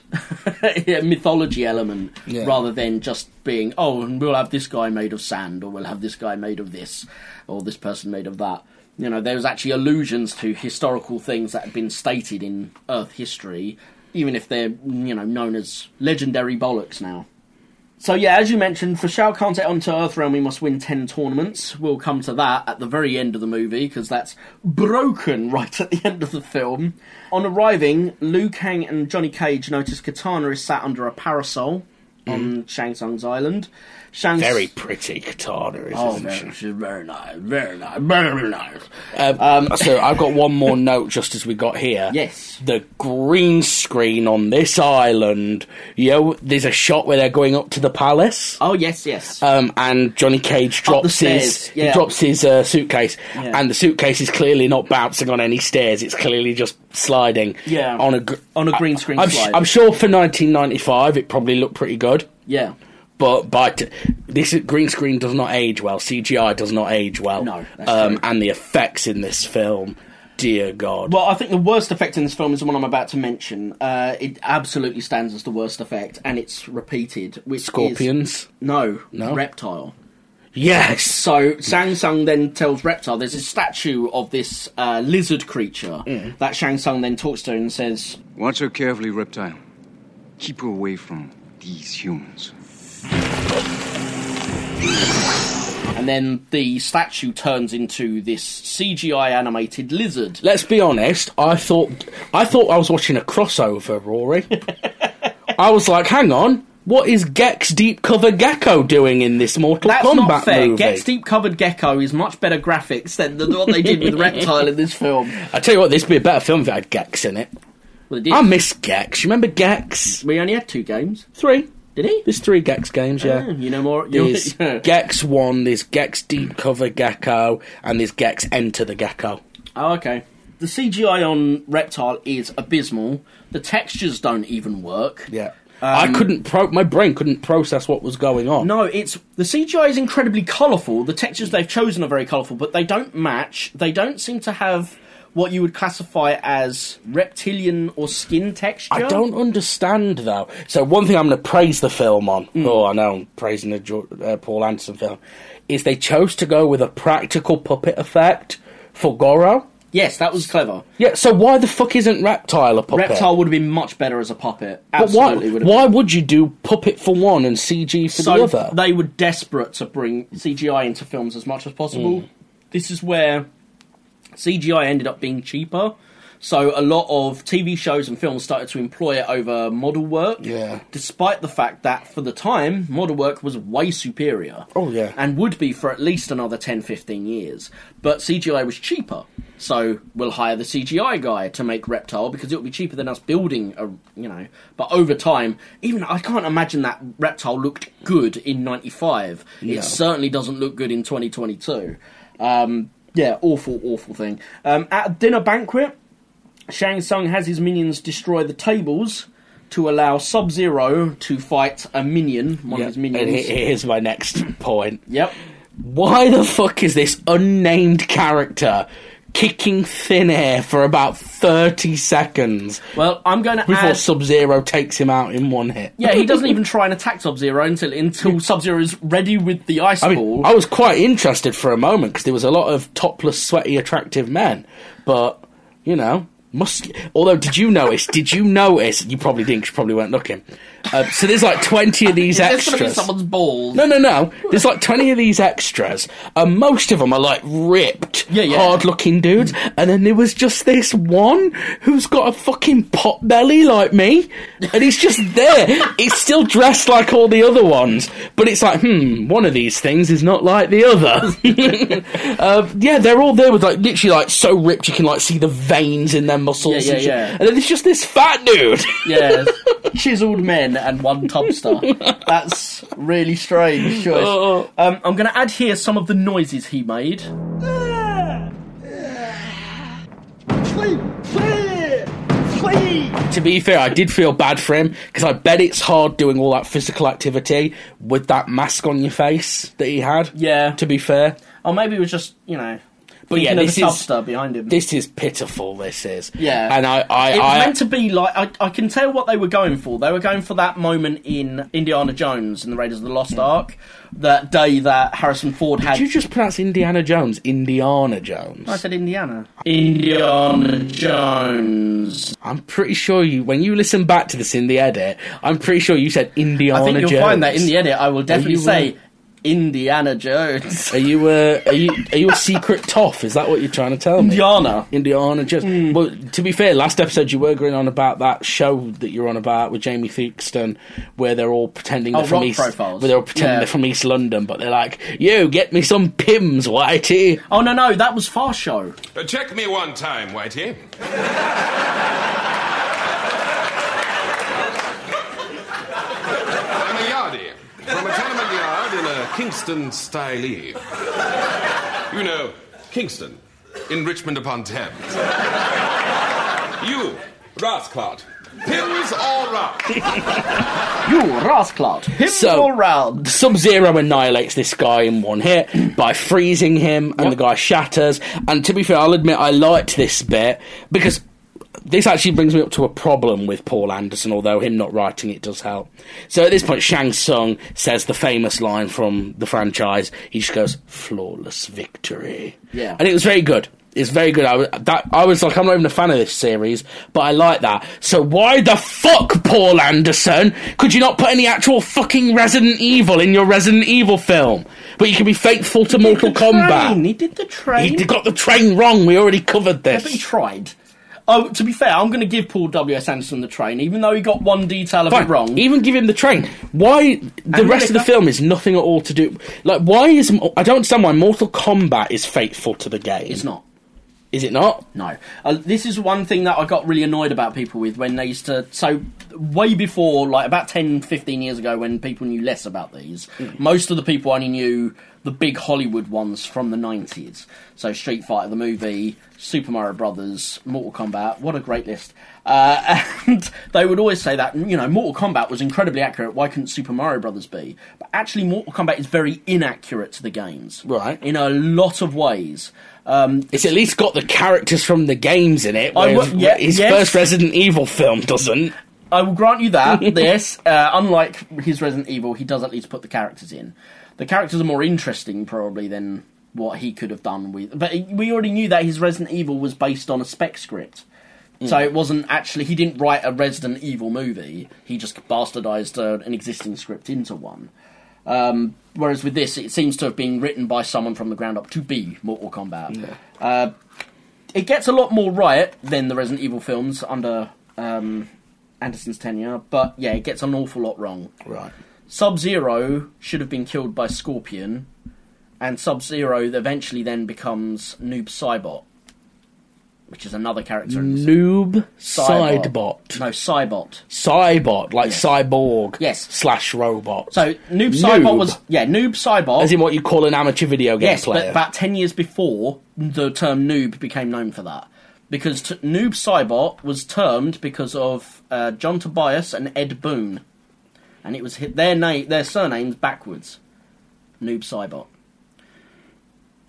mythology element Yeah. rather than just being oh and we'll have this guy made of sand or we'll have this guy made of this or this person made of that you know there was actually allusions to historical things that had been stated in earth history even if they're you know known as legendary bollocks now So yeah, as you mentioned, for Shao Kahn to get onto Earthrealm, we must win ten tournaments. We'll come to that at the very end of the movie because that's broken right at the end of the film. On arriving, Liu Kang and Johnny Cage notice Katana is sat under a parasol on Shang Tsung's island. Shang Very pretty katana, isn't Oh, she? man, she's very nice, very nice, very nice. Um, so I've got one more note just as we got here. Yes. The green screen on this island. You know, there's a shot where they're going up to the palace. Oh yes, yes. Um, and Johnny Cage drops stairs, his he yeah. drops his uh, suitcase, Yeah. and the suitcase is clearly not bouncing on any stairs. It's clearly just sliding. Yeah. on a gr- On a green screen I'm, slide. I'm sure for 1995, it probably looked pretty good. yeah. But but this is- green screen does not age well. CGI does not age well. No, that's um, true. and the effects in this film, dear God. Well, I think the worst effect in this film is the one I'm about to mention. Uh, it absolutely stands as the worst effect, and it's repeated. Which is- Scorpions. no, No? reptile. Yes. So Shang Tsung then tells Reptile there's a statue of this uh, lizard creature Mm. that Shang Tsung then talks to and says, Watch her carefully, reptile. Keep her away from these humans. and then the statue turns into this CGI animated lizard. Let's be honest. I thought I thought I was watching a crossover, Rory. I was like, hang on, what is Gex Deep Cover Gecko doing in this Mortal That's Kombat not fair. movie? Gex Deep Covered Gecko is much better graphics than the, what they did with Reptile in this film. I tell you what, this would be a better film if it had Gex in it. Well, it did. I miss Gex. You remember Gex? we only had two games. Three. Did he? There's three Gex games, yeah. Oh, you know more. you There's Gex 1, there's Gex Deep Cover Gecko, and there's Gex Enter the Gecko. Oh, okay. The CGI on Reptile is abysmal. The textures don't even work. Um, I couldn't, pro- my brain couldn't process what was going on. No, it's the CGI is incredibly colourful. The textures they've chosen are very colourful, but they don't match. They don't seem to have what you would classify as reptilian or skin texture. I don't understand though. So one thing I'm going to praise the film on, Hmm. oh I know I'm praising the Jo- uh, Paul Anderson film, is they chose to go with a practical puppet effect for Goro. Yes, that was clever. Yeah. So why the fuck isn't Reptile a puppet? Reptile would have been much better as a puppet. But why? Absolutely would have. Why would you do puppet for one and CG for the so other? they were desperate to bring CGI into films as much as possible. Mm. This is where CGI ended up being cheaper. So a lot of TV shows and films started to employ it over model work. Yeah. Despite the fact that for the time, model work was way superior. Oh, yeah. And would be for at least another 10, 15 years. But CGI was cheaper. So we'll hire the CGI guy to make Reptile because it'll be cheaper than us building a, you know. But over time, even I can't imagine that Reptile looked good in 95. It certainly doesn't look good in 2022. Um, yeah, awful, awful thing. Um, at a dinner banquet, Shang Tsung has his minions destroy the tables to allow Sub Zero to fight a minion, one of Yeah. his And minions. he- here's my next point. Yep. Why the fuck is this unnamed character kicking thin air for about thirty seconds? Well, I'm going to Before add. Sub Zero takes him out in one hit. yeah, he doesn't even try and attack Sub Zero until until Sub Zero is ready with the ice I mean, ball. I was quite interested for a moment because there was a lot of topless, sweaty, attractive men. But you know, musc Although, did you notice? did you notice? You probably didn't. 'cause You probably weren't looking. Uh, so there's like twenty of these Is this going to be extras. someone's balls? No, no, no. There's like 20 of these extras, and most of them are like ripped, Yeah, yeah. hard looking dudes. And then there was just this one who's got a fucking pot belly like me, and he's just there. he's still dressed like all the other ones, but it's like, hmm, one of these things is not like the other. uh, yeah, they're all there with like literally like so ripped you can like see the veins in their muscles. Yeah, yeah, and, shit. yeah. and then there's just this fat dude. Yes. Chiseled men and one tubster. That's really strange. Sure. Oh. Um, I'm going to add here some of the noises he made. to be fair, I did feel bad for him because I bet it's hard doing all that physical activity with that mask on your face that he had. Yeah. Oh, To be fair, Or maybe it was just, you know. But yeah, you know, this the is subster behind him. this is pitiful. This is Yeah. and I I, it was I meant to be like I, I can tell what they were going for. They were going for that moment in Indiana Jones in the Raiders of the Lost Ark, that day that Harrison Ford had. Did you just pronounce Indiana Jones? Indiana Jones. I said Indiana. Indiana Jones. I'm pretty sure you, when you listen back to this in the edit, I'm pretty sure you said Indiana I think you'll Jones. find that in the edit. I will definitely you say will. Indiana Jones. Are you a are you are you a secret toff? Is that what you're trying to tell me? Indiana. Indiana Jones. Hmm. Well, to be fair, last episode you were going on about that show that you're on about with Jamie Theakston, where they're all pretending Oh, they're from Rock East, Profiles. where they're all pretending Yeah. they're from East London, but they're like, "Yo, get me some pims, Whitey." Oh no no, that was Far Show. Uh, Check me one time, Whitey. I'm a yardie from a tenement yard in a Kingston style eve. You know, Kingston, in Richmond upon Thames. You, Rasclot, pills all round. You rascal. Him So- all round. Sub Zero annihilates this guy in one hit by freezing him, and the guy shatters. And to be fair, I'll admit I liked this bit because this actually brings me up to a problem with Paul Anderson, although him not writing it does help. So at this point, Shang Tsung says the famous line from the franchise. He just goes, "Flawless victory." Yeah. and it was very good. It's very good. I was, that, I was like, I'm not even a fan of this series, but I like that. So why the fuck, Paul Anderson, could you not put any actual fucking Resident Evil in your Resident Evil film? But you can be faithful to Mortal The train. Kombat. He did the train. He d- got the train wrong. We already covered Yeah, but he this. tried. Oh, to be fair, I'm going to give Paul W. S. Anderson the train, even though he got one detail of Fine, it wrong. Even give him the train. Why the And rest of the Monica- film is nothing at all to do? Like, why is I don't understand why Mortal Kombat is faithful to the game? it's not. Is it not? No. Uh, this is one thing that I got really annoyed about people with when they used to. So, way before, like about 10, 15 years ago, when people knew less about these, most of the people only knew the big Hollywood ones from the 90s. So, Street Fighter, the movie, Super Mario Brothers, Mortal Kombat. What a great list. Uh, and they would always say that, you know, Mortal Kombat was incredibly accurate. Why couldn't Super Mario Brothers be? But actually, Mortal Kombat is very inaccurate to the games. Right. In a lot of ways. Um, It's at least got the characters from the games in it. I whereas wa- yeah, his yes. first Resident Evil film doesn't. I will grant you that. this, uh, unlike his Resident Evil, he does at least put the characters in. The characters are more interesting, probably, than what he could have done with. But we already knew that his Resident Evil was based on a spec script. So it wasn't actually. He didn't write a Resident Evil movie, he just bastardized uh, an existing script into one. Um, whereas with this, it seems to have been written by someone from the ground up to be Mortal Kombat. Uh, it gets a lot more right than the Resident Evil films under um, Anderson's tenure, but yeah, it gets an awful lot wrong. Right. Sub Zero should have been killed by Scorpion, and Sub Zero eventually then becomes Noob Cybot, which is another character. in the Noob Sidebot. No, Cybot. Cybot, like Yes. cyborg. Yes. Slash robot. So Noob, Noob. Cybot was yeah Noob Cybot. As in what you call an amateur video game Yes, but player. about 10 years before, the term noob became known for that. Because t- noob cybot was termed because of uh, John Tobias and Ed Boone. And it was hi- their name, their surnames backwards. Noob cybot.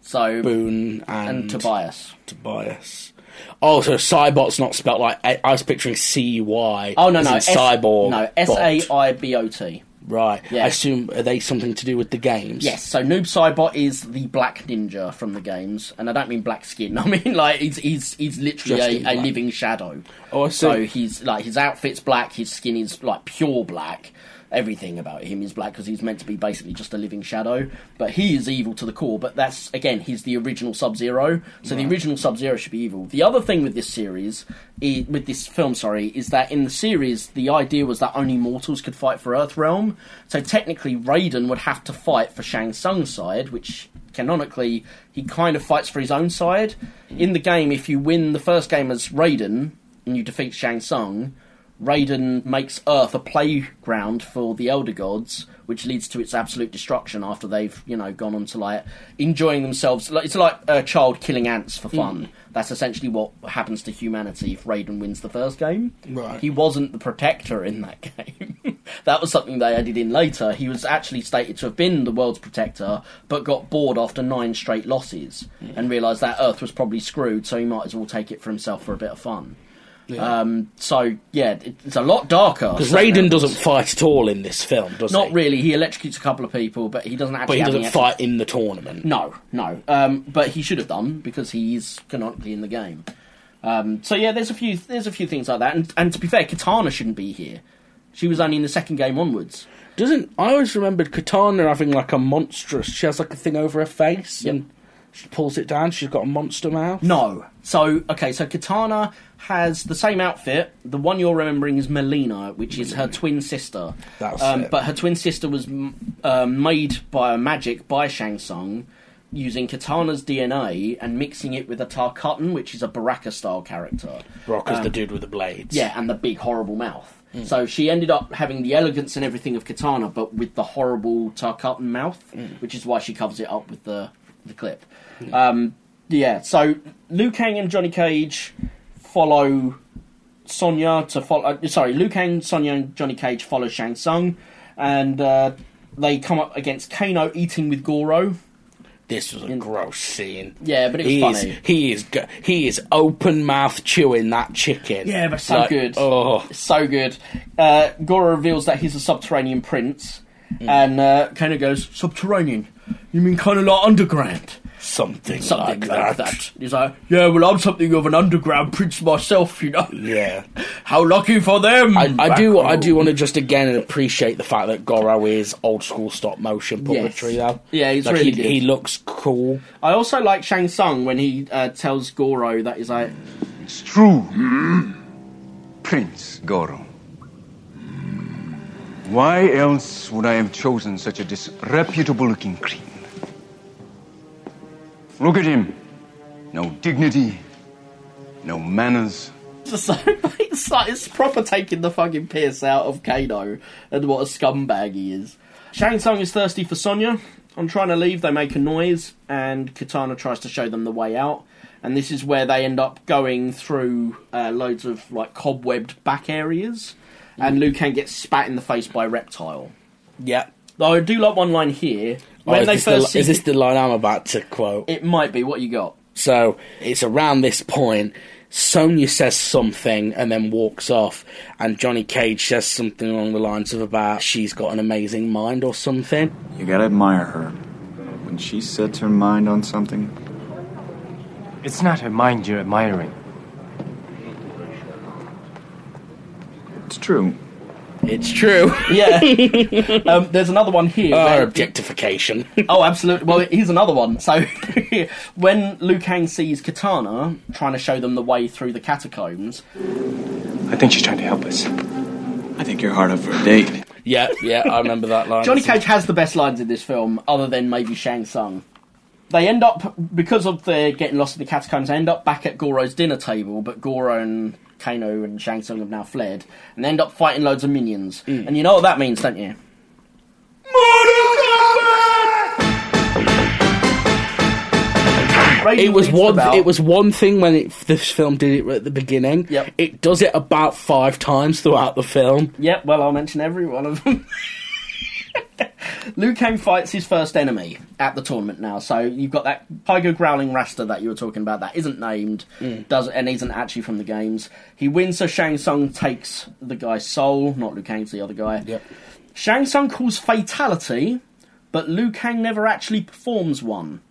So, Boone and, and Tobias. Tobias. Oh, so Cybot's not spelt like I I was picturing C Y. Oh, no, no. S- cyborg. No, bot. S-A-I-B-O-T. Right. Yeah. I assume are they something to do with the games? Yes, so Noob Cybot is the black ninja from the games, and I don't mean black skin. I mean like he's he's he's Just literally in a, a black. living shadow. Oh, I see. So he's like his outfit's black, his skin is like pure black. Everything about him is black because he's meant to be basically just a living shadow. But he is evil to the core. But that's again, he's the original Sub Zero. So the original Sub Zero should be evil. The other thing with this series, i with this film, sorry, is that in the series the idea was that only mortals could fight for Earthrealm. So technically, Raiden would have to fight for Shang Tsung's side, which canonically he kind of fights for his own side. In the game, if you win the first game as Raiden and you defeat Shang Tsung, Raiden makes Earth a playground for the Elder Gods, which leads to its absolute destruction after they've, you know, gone on to like enjoying themselves. Like, it's like a child killing ants for fun. That's essentially what happens to humanity if Raiden wins the first game. Right. He wasn't the protector in that game. that was something they added in later. He was actually stated to have been the world's protector, but got bored after nine straight losses and realised that Earth was probably screwed, so he might as well take it for himself for a bit of fun. Um, so yeah, it- it's a lot darker. Because than Raiden Elvis. doesn't fight at all in this film, does Not he? really. He electrocutes a couple of people, but he doesn't actually. But he have any doesn't actual- fight in the tournament. No, no. Um, but he should have done because he is canonically in the game. Um, so yeah, there's a few there's a few things like that. And, and to be fair, Katana shouldn't be here. She was only in the second game onwards. Doesn't I always remembered Katana having like a monstrous? She has like a thing over her face Yep. and she pulls it down. She's got a monster mouth. No. So okay, so Katana has the same outfit. The one you're remembering is Melina, which is her twin sister. That's um, it. But her twin sister was m- uh, made by magic by Shang Tsung using Katana's DNA and mixing it with a Tarkatan, which is a Baraka style character. Rock is the dude with the blades. Yeah, and the big horrible mouth. So she ended up having the elegance and everything of Katana, but with the horrible Tarkatan mouth, which is why she covers it up with the the clip. Um, yeah, so Liu Kang and Johnny Cage follow Sonya to follow. Uh, sorry, Liu Kang, Sonya, and Johnny Cage follow Shang Tsung, and uh, they come up against Kano eating with Goro. this was a gross scene. Yeah, but it was he funny. Is, he is go- he is open mouth chewing that chicken. Yeah, but so Like, good. Oh, So good. Uh, Goro reveals that he's a subterranean prince, and uh, kind of goes, Subterranean? You mean kind of like underground? something, Something like, like, that. that. He's like, Yeah, well, I'm something of an underground prince myself, you know? Yeah. How lucky for them! I, I do. I do want to just again appreciate the fact that Goro is old school stop motion puppetry. Yes. Though, Yeah, he's Like, really he, good. he looks cool. I also like Shang Tsung when he uh, tells Goro that he's like, It's true. Hmm? Prince Goro. Why else would I have chosen such a disreputable looking cretin? Look at him. No dignity, no manners. So it's, like, it's proper taking the fucking piss out of Kano and what a scumbag he is. Shang Tsung is thirsty for Sonya. On trying to leave, they make a noise, and Katana tries to show them the way out. And this is where they end up going through uh, loads of like cobwebbed back areas, and Liu Kang gets spat in the face by Reptile. Yeah. Though I do like one line here when Oh, is, they this the, first see is this the line I'm about to quote? it might be what you got. So it's around this point. Sonya says something and then walks off, and Johnny Cage says something along the lines of about she's got an amazing mind or something. You gotta admire her. When she sets her mind on something, It's not her mind you're admiring. it's true. It's true. Yeah. um, there's another one here. Our where- objectification. Oh, absolutely. Well, here's another one. So, when Liu Kang sees Katana trying to show them the way through the catacombs, I think she's trying to help us. I think you're hard up for a date. yeah, yeah, I remember that line. Johnny Cage has the best lines in this film, other than maybe Shang Tsung. They end up, because of their getting lost in the catacombs, they end up back at Goro's dinner table, but Goro and Kano and Shang Tsung have now fled, and they end up fighting loads of minions. Mm. And you know what that means, don't you? Raiden It was beats them one. out. It was one thing when it, this film did it at the beginning. Yep. It does it about five times throughout the film. Yep, well, I'll mention every one of them. Liu Kang fights his first enemy at the tournament now. So you've got that tiger growling Rasta that you were talking about that isn't named, Mm. does and isn't actually from the games. He wins, so Shang Tsung takes the guy's soul, not Liu Kang's the other guy. Yep. Shang Tsung calls fatality, but Liu Kang never actually performs one.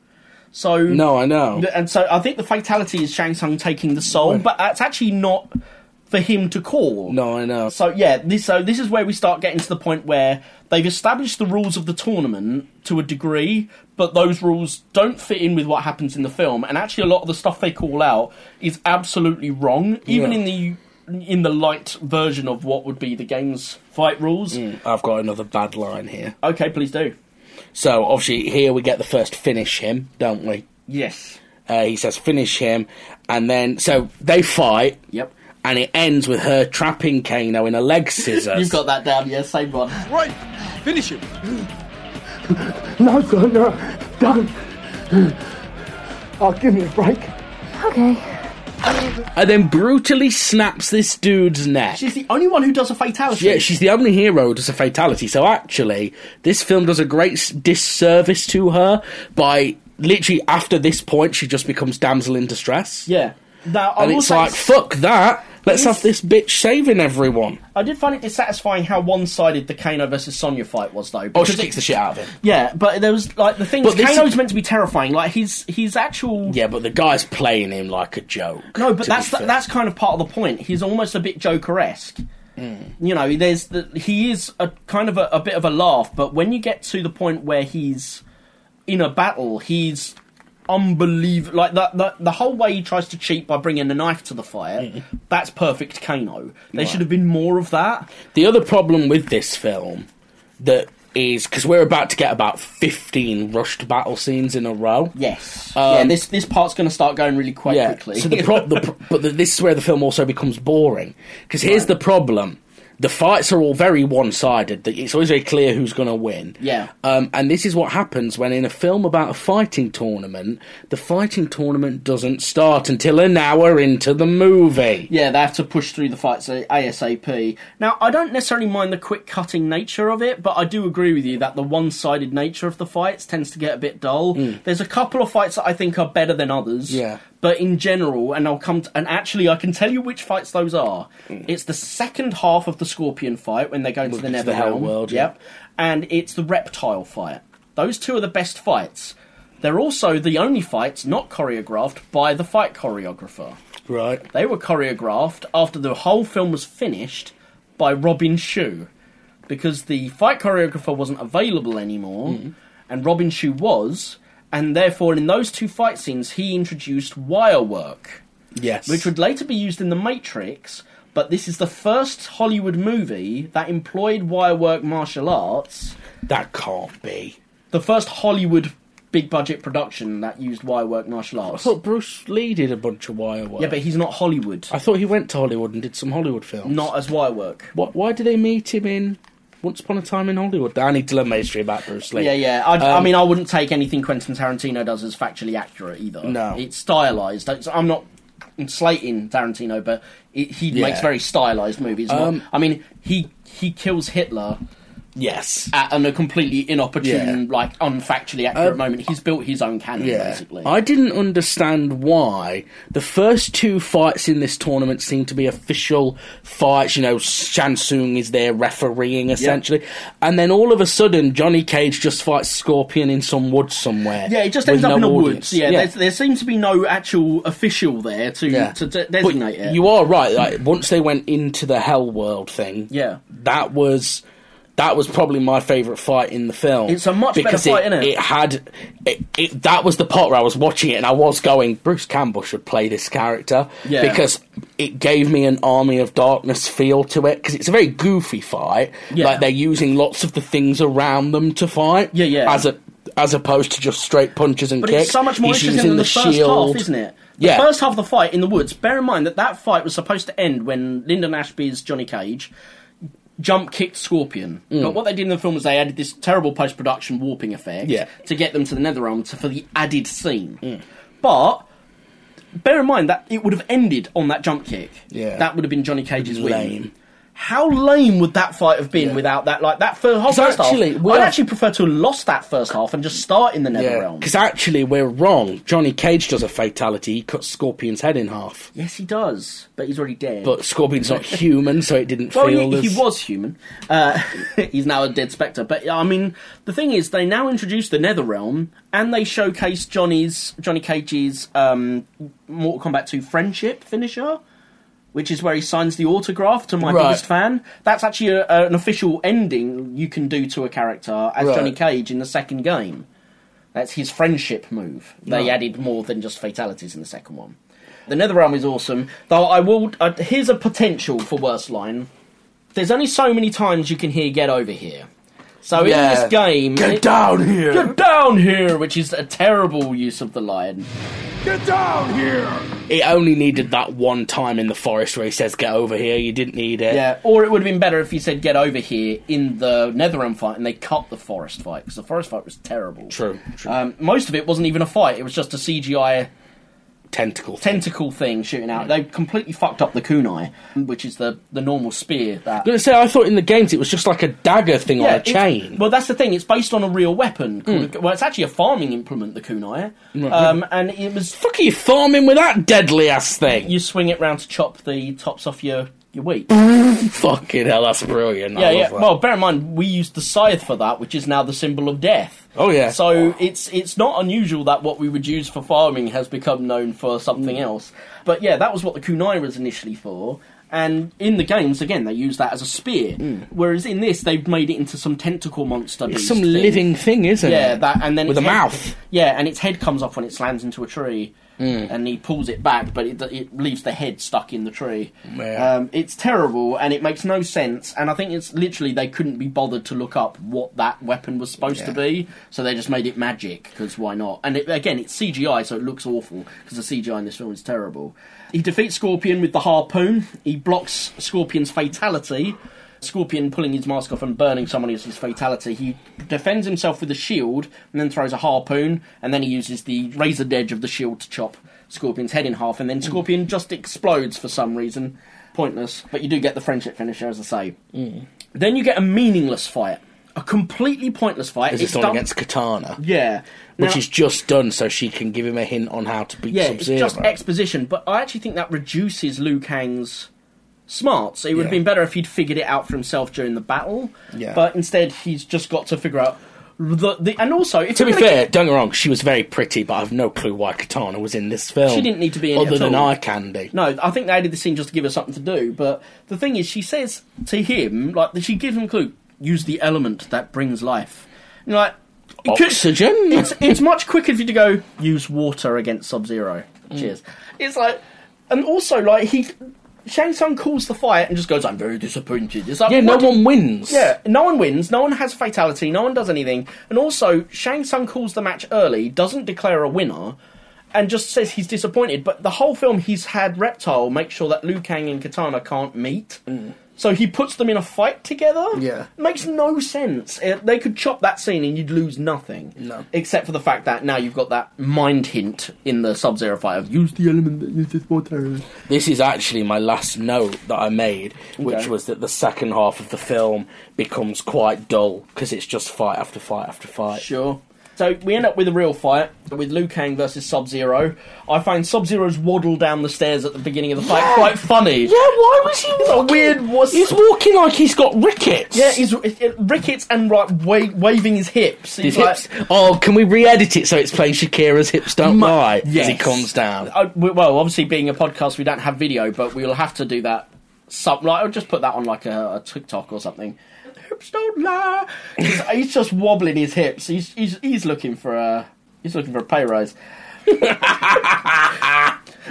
So No, I know. and so I think the fatality is Shang Tsung taking the soul, but that's actually not for him to call. No, I know. So yeah, this so this is where we start getting to the point where they've established the rules of the tournament to a degree, but those rules don't fit in with what happens in the film, and actually a lot of the stuff they call out is absolutely wrong, even Yeah. in the in the light version of what would be the game's fight rules. I've got another bad line here. Okay, please do. So obviously here we get the first finish him, don't we? Yes. Uh, he says finish him, and then so they fight. Yep. And it ends with her trapping Kano in a leg scissors. You've got that down, yeah, same one. Right, finish him. No, son, no, don't. Oh, give me a break. Okay. and then brutally snaps this dude's neck. She's the only one who does a fatality. yeah, she's the only hero who does a fatality. So actually, this film does a great s- disservice to her by literally after this point, she just becomes damsel in distress. yeah. Now, I and will it's say- like fuck that. Let's This- have this bitch saving everyone. I did find it dissatisfying how one-sided the Kano versus Sonya fight was, though. Oh, she because it- kicks the shit out of him. Yeah, but there was like the thing. But this Kano's is- meant to be terrifying. Like his his actual. Yeah, but the guy's playing him like a joke. No, but to that's be the, fair. that's kind of part of the point. He's almost a bit Joker-esque. Hmm. You know, there's the, he is a kind of a, a bit of a laugh, but when you get to the point where he's in a battle, he's unbelievable. Like the, the the whole way he tries to cheat by bringing the knife to the fire. Hmm. That's perfect Kano. There should have been more of that. The other problem with this film that is because we're about to get about fifteen rushed battle scenes in a row. Yes. Um, yeah. This this part's going to start going really quite quickly. So the pro- the pro- but the, this is where the film also becomes boring because here's the problem: the fights are all very one-sided. The- It's always very clear who's going to win. Yeah. Um, and this is what happens when in a film about a fighting tournament, the fighting tournament doesn't start until an hour into the movie. Yeah, they have to push through the fights uh, ASAP. Now, I don't necessarily mind the quick cutting nature of it, but I do agree with you that the one sided nature of the fights tends to get a bit dull. There's a couple of fights that I think are better than others. Yeah. But in general, and I'll come to, and actually, I can tell you which fights those are. It's the second half of the scorpion fight when they go into the into Never the Hell Realm. World, yeah. Yep. And it's the reptile fight. Those two are the best fights. They're also the only fights not choreographed by the fight choreographer. Right. They were choreographed after the whole film was finished by Robin Shue. Because the fight choreographer wasn't available anymore, and Robin Shue was, and therefore in those two fight scenes he introduced wire work, Yes. which would later be used in The Matrix, but this is the first Hollywood movie that employed wire work martial arts, that can't be. the first Hollywood big budget production that used wire work martial I arts. thought Bruce Lee did a bunch of wire work. yeah, but he's not Hollywood. I thought he went to Hollywood and did some Hollywood films. Not as wire work. What, why do they meet him in Once Upon a Time in Hollywood? I need to learn my history about Bruce Lee. Yeah, yeah. I, I Um, mean, I wouldn't take anything Quentin Tarantino does as factually accurate either. No. it's stylized. It's- I'm not slating Tarantino, but it, he Yeah. makes very stylized movies. Um, I mean, he he kills Hitler Yes. at an, a completely inopportune, Yeah. like unfactually accurate Um, moment. He's built his own canon, Yeah. basically. I didn't understand why the first two fights in this tournament seem to be official fights. You know, Shansung is there refereeing essentially, and then all of a sudden Johnny Cage just fights Scorpion in some woods somewhere. yeah, it just with ends up no in the audience. woods. Yeah, there's there seems to be no actual official there to Yeah. to, de- But designate it. You are right. Like once they went into the Hell World thing, Yeah. that was that was probably my favourite fight in the film. It's a much better because fight, it, innit? It had it, it, that was the part where I was watching it and I was going, Bruce Campbell should play this character Yeah. because it gave me an Army of Darkness feel to it because it's a very goofy fight. Yeah. Like they're using lots of the things around them to fight. Yeah, yeah. As a as opposed to just straight punches and But kicks. it's so much more He's interesting using than the, first half, shield. isn't it? The Yeah. first half of the fight in the woods. Bear in mind that that fight was supposed to end when Lyndon Ashby's Johnny Cage jump kicked Scorpion. Mm. But what they did in the film was they added this terrible post production warping effect Yeah. Mm. to get them to the Netherrealm to, for the added scene. But bear in mind that it would have ended on that jump kick. Yeah. That would have been Johnny Cage's win. Lame. How lame would that fight have been without that? Like that first, whole first actually, half. we I'd are- actually prefer to have lost that first half and just start in the Netherrealm. Yeah, because actually we're wrong. Johnny Cage does a fatality. He cuts Scorpion's head in half. Yes, he does, but he's already dead. But Scorpion's not human, so it didn't well, feel he, as... he was human. Uh, he's now a dead spectre. But I mean, the thing is, they now introduce the Netherrealm, and they showcase Johnny's Johnny Cage's um, Mortal Kombat 2 friendship finisher, which is where he signs the autograph to my Right. biggest fan. That's actually a, a- an official ending you can do to a character as Right. Johnny Cage in the second game. That's his friendship move. They added more than just fatalities in the second one. The Netherrealm is awesome, though I will. Uh, here's a potential for worst line. There's only so many times you can hear "Get over here," so Yeah. in this game, Get it- down here! get down here, which is a terrible use of the line. Get down here! It only needed that one time in the forest where he says, get over here. You didn't need it. Yeah, or it would have been better if he said "Get over here" in the Netherrealm fight, and they cut the forest fight because the forest fight was terrible. True, true. Um, most of it wasn't even a fight; it was just a CGI tentacle. Thing. tentacle thing shooting out. They completely fucked up the kunai, which is the the normal spear that. I was gonna say I thought in the games it was just like a dagger thing on a it's- chain. Hmm. Well, that's the thing. It's based on a real weapon. called- Well, it's actually a farming implement, the kunai, um, and it was fuck are you farming with that deadly ass thing? you swing it round to chop the tops off your your wheat. fucking hell, that's brilliant. I yeah, love yeah. that. Well, bear in mind we used the scythe for that, which is now the symbol of death. Oh, yeah. So it's it's not unusual that what we would use for farming has become known for Hmm. something else. But yeah, that was what the kunai was initially for. And in the games, again, they use that as a spear. Whereas in this, they've made it into some tentacle monster. Hmm. it's beast some thing. living thing, isn't it? Yeah, that and then with a its head- mouth. Hmm. Yeah, and its head comes off when it slams into a tree, and he pulls it back, but it, it leaves the head stuck in the tree. Yeah. Um, it's terrible, and it makes no sense. And I think it's literally they couldn't be bothered to look up what that weapon was supposed to be, so they just made it magic because why not? And it, again, it's CGI, so it looks awful because the CGI in this film is terrible. He defeats Scorpion with the harpoon. He blocks Scorpion's fatality. Scorpion pulling his mask off and burning someone is his fatality. He defends himself with a shield and then throws a harpoon, and then he uses the razor edge of the shield to chop Scorpion's head in half, and then Scorpion just explodes for some reason. Pointless, but you do get the friendship finisher, as I say. Mm. Then you get a meaningless fight, a completely pointless fight. Is it someone against Katana? yeah, Which Now- is just done so she can give him a hint on how to beat yeah, Sub it's Zero. just exposition. But I actually think that reduces Liu Kang's smarts. It would have Yeah. been better if he'd figured it out for himself during the battle. Yeah. But instead, he's just got to figure out the, the and also if to be you're gonna fair, don't get me wrong, she was very pretty, but I've no clue why Katana was in this film. She didn't need to be in it other at than all. eye candy. No, I think they added the scene just to give her something to do. But the thing is, she says to him, like, she gives him a clue use the element that brings life. And you're like, it could- Oxygen? it's, it's much quicker for you to go, use water against Sub Zero. Mm. Cheers. It's like, and also, like, he. Shang Tsung calls the fight and just goes, I'm very disappointed. It's like, Yeah, no what- one wins. yeah, no one wins, no one has a fatality, no one does anything. And also, Shang Tsung calls the match early, doesn't declare a winner, and just says he's disappointed. But the whole film, he's had Reptile make sure that Liu Kang and Katana can't meet. So he puts them in a fight together. Mm. Yeah. makes no sense. Uh, they could chop that scene and you'd lose nothing. No. except for the fact that now you've got that mind hint in the Sub Zero fight of use the element that uses water. This is actually my last note that I made, which Okay. was that the second half of the film becomes quite dull because it's just fight after fight after fight. Sure. So we end up with a real fight with Liu Kang versus Sub Zero. I find Sub Zero's waddle down the stairs at the beginning of the fight quite funny. Yeah, why was he a walking? weird wuss- He's walking like he's got rickets. Yeah, he's it, it- rickets and like wa- waving his hips. He's his hips. Oh, can we re-edit it so it's playing Shakira's hips don't lie as he comes down? Uh, we- well, obviously, being a podcast, we don't have video, but we'll have to do that. Some like I'll just put that on like a, a TikTok or something. Hips don't lie. He's, he's just wobbling his hips. He's, he's he's looking for a he's looking for a pay rise.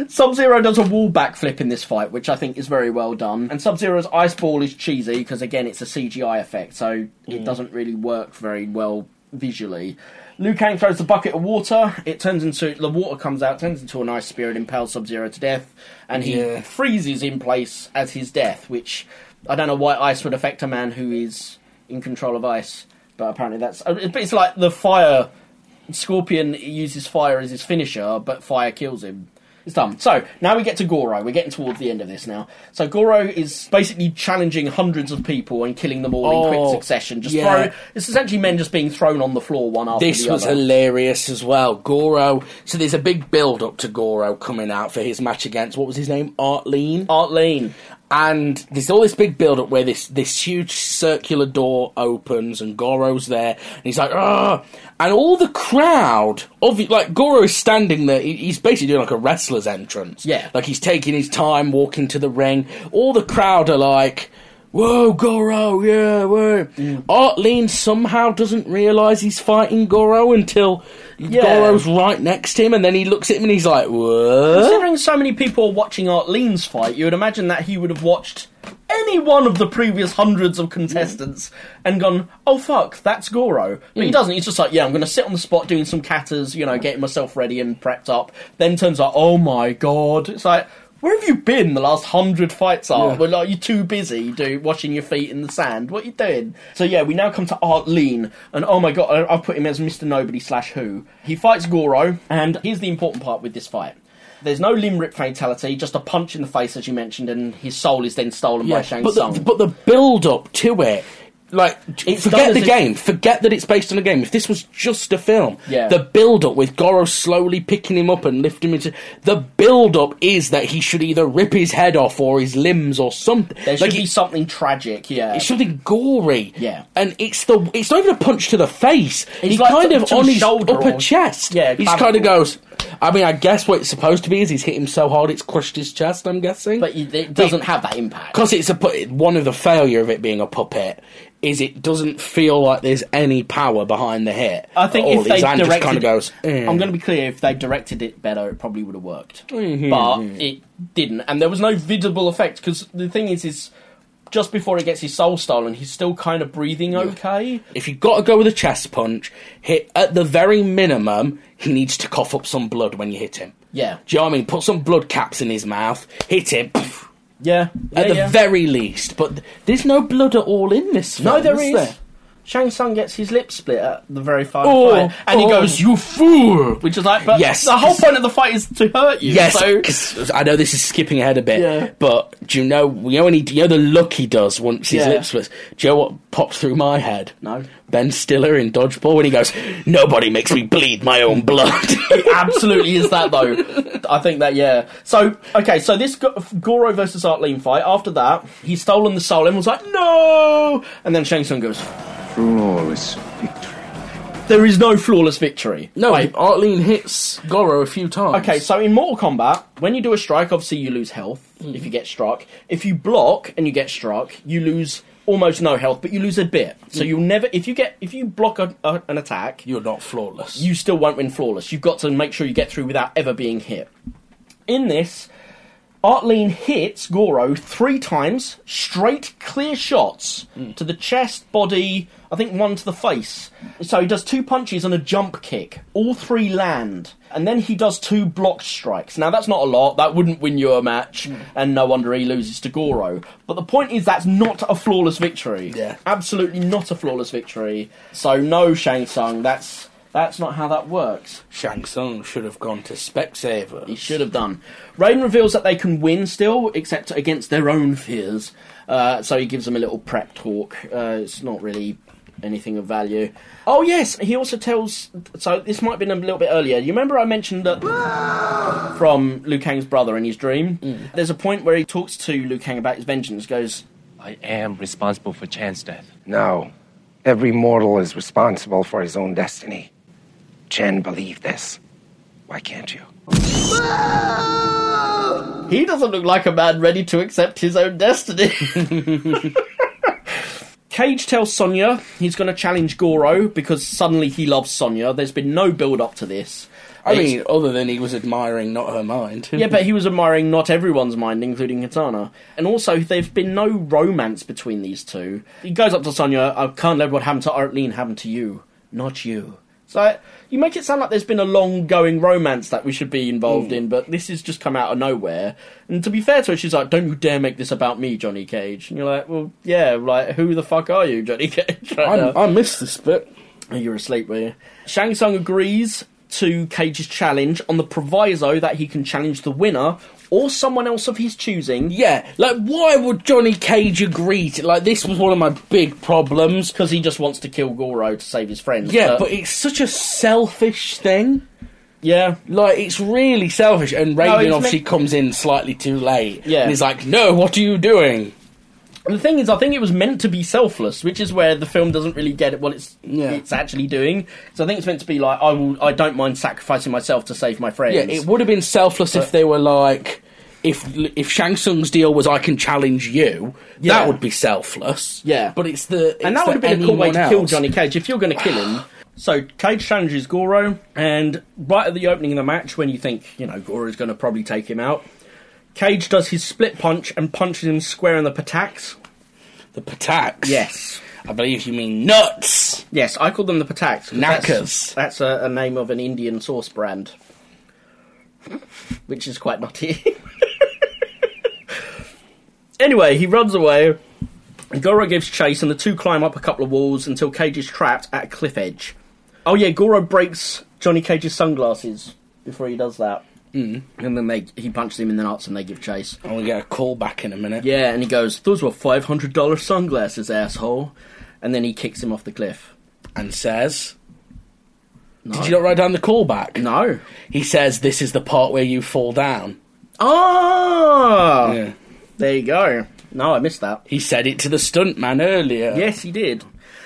Sub Zero does a wall backflip in this fight, which I think is very well done. And Sub Zero's ice ball is cheesy because, again, it's a CGI effect, so it doesn't really work very well visually. Liu Kang throws the bucket of water. It turns into the water comes out, turns into an ice spear, and impales Sub Zero to death. And he Yeah. freezes in place as his death, which I don't know why ice would affect a man who is in control of ice, but apparently that's. But it's like the fire Scorpion uses fire as his finisher, but fire kills him. It's done. So now we get to Goro. We're getting towards the end of this now. So Goro is basically challenging hundreds of people and killing them all in Oh, quick succession. Just yeah. throw. It's essentially men just being thrown on the floor one after This the was other. hilarious as well. Goro. So there's a big build up to Goro coming out for his match against what was his name? Artleen. Art Lean. and there's all this big build up where this this huge circular door opens and Goro's there and he's like ah and all the crowd obvi- like Goro's standing there he- he's basically doing like a wrestler's entrance Yeah. like he's taking his time walking to the ring all the crowd are like whoa Goro yeah whoa Art Lean somehow doesn't realise he's fighting Goro until Goro's right next to him and then he looks at him and he's like what Considering so many people are watching Art Lean's fight, you would imagine that he would have watched any one of the previous hundreds of contestants and gone, oh fuck, that's Goro. But he doesn't. He's just like, yeah, I'm going to sit on the spot doing some katas, you know, getting myself ready and prepped up. Then turns out, oh my god. It's like, where have you been the last hundred fights are? Well, like, you're too busy do washing your feet in the sand. What are you doing? So yeah, we now come to Art Lean, and oh my god, I- I've put him as Mr. Nobody slash Who. He fights Goro, and here's the important part with this fight. There's no limb rip fatality, just a punch in the face, as you mentioned, and his soul is then stolen by Shang but Tsung. the, but the build up to it, like It's done forget as the a- game, forget that it's based on a game. If this was just a film, Yeah. the build up with Goro slowly picking him up and lifting him into the build up is that he should either rip his head off or his limbs or something. there should Like, be it- something tragic, yeah. it's something gory, Yeah. and it's the it's not even a punch to the face. It's he like kind to- of to on the his shoulder upper or- chest. Yeah, he just kind clavicle. of goes. I mean, I guess what it's supposed to be is he's hit him so hard it's crushed his chest. I'm guessing, but you- it doesn't have that impact. because it's a pu- one of the failure of it being a puppet is it doesn't feel like there's any power behind the hit. I think at all. if they His hand directed, just kind of goes. "Eh." I'm going to be clear. If they directed it better, it probably would have worked. Mm-hmm, But it didn't, and there was no visible effect because the thing is, is just before he gets his soul stolen, he's still kind of breathing okay. If you got to go with a chest punch, hit at the very minimum, he needs to cough up some blood when you hit him. Yeah, Do you know what I mean? Put some blood caps in his mouth, hit him pff, yeah, yeah. at the yeah. very least. But th- there's no blood at all in this. Film, no, there is is. There? Shang Tsung gets his lip split at the very final Oh, fight, and he oh. goes, "You fool!" Which is like, but Yes. the whole point of the fight is to hurt you. Yes, so 'cause I know this is skipping ahead a bit, Yeah. but do you know? You know, when he, you know the look he does once his Yeah. lips was. Do you know what popped through my head? No. Ben Stiller in Dodgeball when he goes, "Nobody makes me bleed my own blood." It absolutely is that though. I think that yeah. So okay, so this Go- Goro versus Artleen fight. After that, he's stolen the soul. Everyone's like, no. And then Shang Tsung goes, Flawless victory. there is no flawless victory. no, Artleen hits Goro a few times. Okay, so in Mortal Kombat, when you do a strike, obviously you lose health Hmm. if you get struck. If you block and you get struck, you lose almost no health, but you lose a bit. So Hmm. you'll never if you get if you block a, a, an attack, you're not flawless. you still won't win flawless. You've got to make sure you get through without ever being hit. In this, Artleen hits Goro three times, straight clear shots to the chest, body, I think one to the face. So he does two punches and a jump kick. All three land. And then he does two block strikes. Now that's not a lot, that wouldn't win you a match, and no wonder he loses to Goro. But the point is that's not a flawless victory. Yeah. Absolutely not a flawless victory. So no Shang Tsung, that's that's not how that works. Shang Tsung should have gone to Specsavers. He should have done. Raiden reveals that they can win still, except against their own fears. Uh, so he gives them a little prep talk. Uh, it's not really anything of value. Oh yes, he also tells. So this might have been a little bit earlier. You remember I mentioned that from Liu Kang's brother in his dream. There's a point where he talks to Liu Kang about his vengeance. Goes, I am responsible for Chan's death. No. Every mortal is responsible for his own destiny. Chen believed this. Why can't you? he doesn't look like a man ready to accept his own destiny. Cage tells Sonya he's going to challenge Goro because suddenly he loves Sonya. There's been no build up to this. I It's- mean, other than he was admiring not her mind. yeah, but he was admiring not everyone's mind, including Katana. And also, there's been no romance between these two. He goes up to Sonya, I can't let what happened to Artleen happen to you, not you. So you make it sound like there's been a long going romance that we should be involved in, but this has just come out of nowhere. And to be fair to her, she's like, Don't you dare make this about me, Johnny Cage. And you're like, Well, yeah, like, who the fuck are you, Johnny Cage? Right now? I, I missed this bit. Oh, You were asleep, were you? Shang Tsung agrees to Cage's challenge on the proviso that he can challenge the winner or someone else of his choosing Yeah, like why would Johnny Cage agree to like this was one of my big problems. because he just wants to kill Goro to save his friends. Yeah, but it's such a selfish thing. yeah, Like it's really selfish and Raiden it's obviously meant- comes in slightly too late. Yeah. And he's like, No, what are you doing? the thing is, I think it was meant to be selfless, which is where the film doesn't really get it what it's Yeah. it's actually doing. So I think it's meant to be like I will, I don't mind sacrificing myself to save my friends. Yeah, it would have been selfless if they were like if if Shang Tsung's deal was I can challenge you, Yeah. that would be selfless. Yeah. But it's the it's and that the would have been a cool way to anyone kill else. Johnny Cage if you're going to kill him. So Cage challenges Goro, and right at the opening of the match, when you think you know Goro's going to probably take him out, Cage does his split punch and punches him square in the pataks. The Pataks. Yes, I believe you mean nuts. yes, I call them the pataks. 'cause that's- Knackers. That's, a, a name of an Indian sauce brand, which is quite nutty. anyway, he runs away. Goro gives chase, and the two climb up a couple of walls until Cage is trapped at a cliff edge. Oh yeah, Goro breaks Johnny Cage's sunglasses before he does that. Mm. And then they he punches him in the nuts and they give chase. And we get a call back in a minute. Yeah, and he goes, Those were five hundred dollar sunglasses, asshole. And then he kicks him off the cliff. And says Did you not write down the callback? No. He says this is the part where you fall down. Oh Yeah. There you go. No, I missed that. He said it to the stuntman earlier. Yes, he did.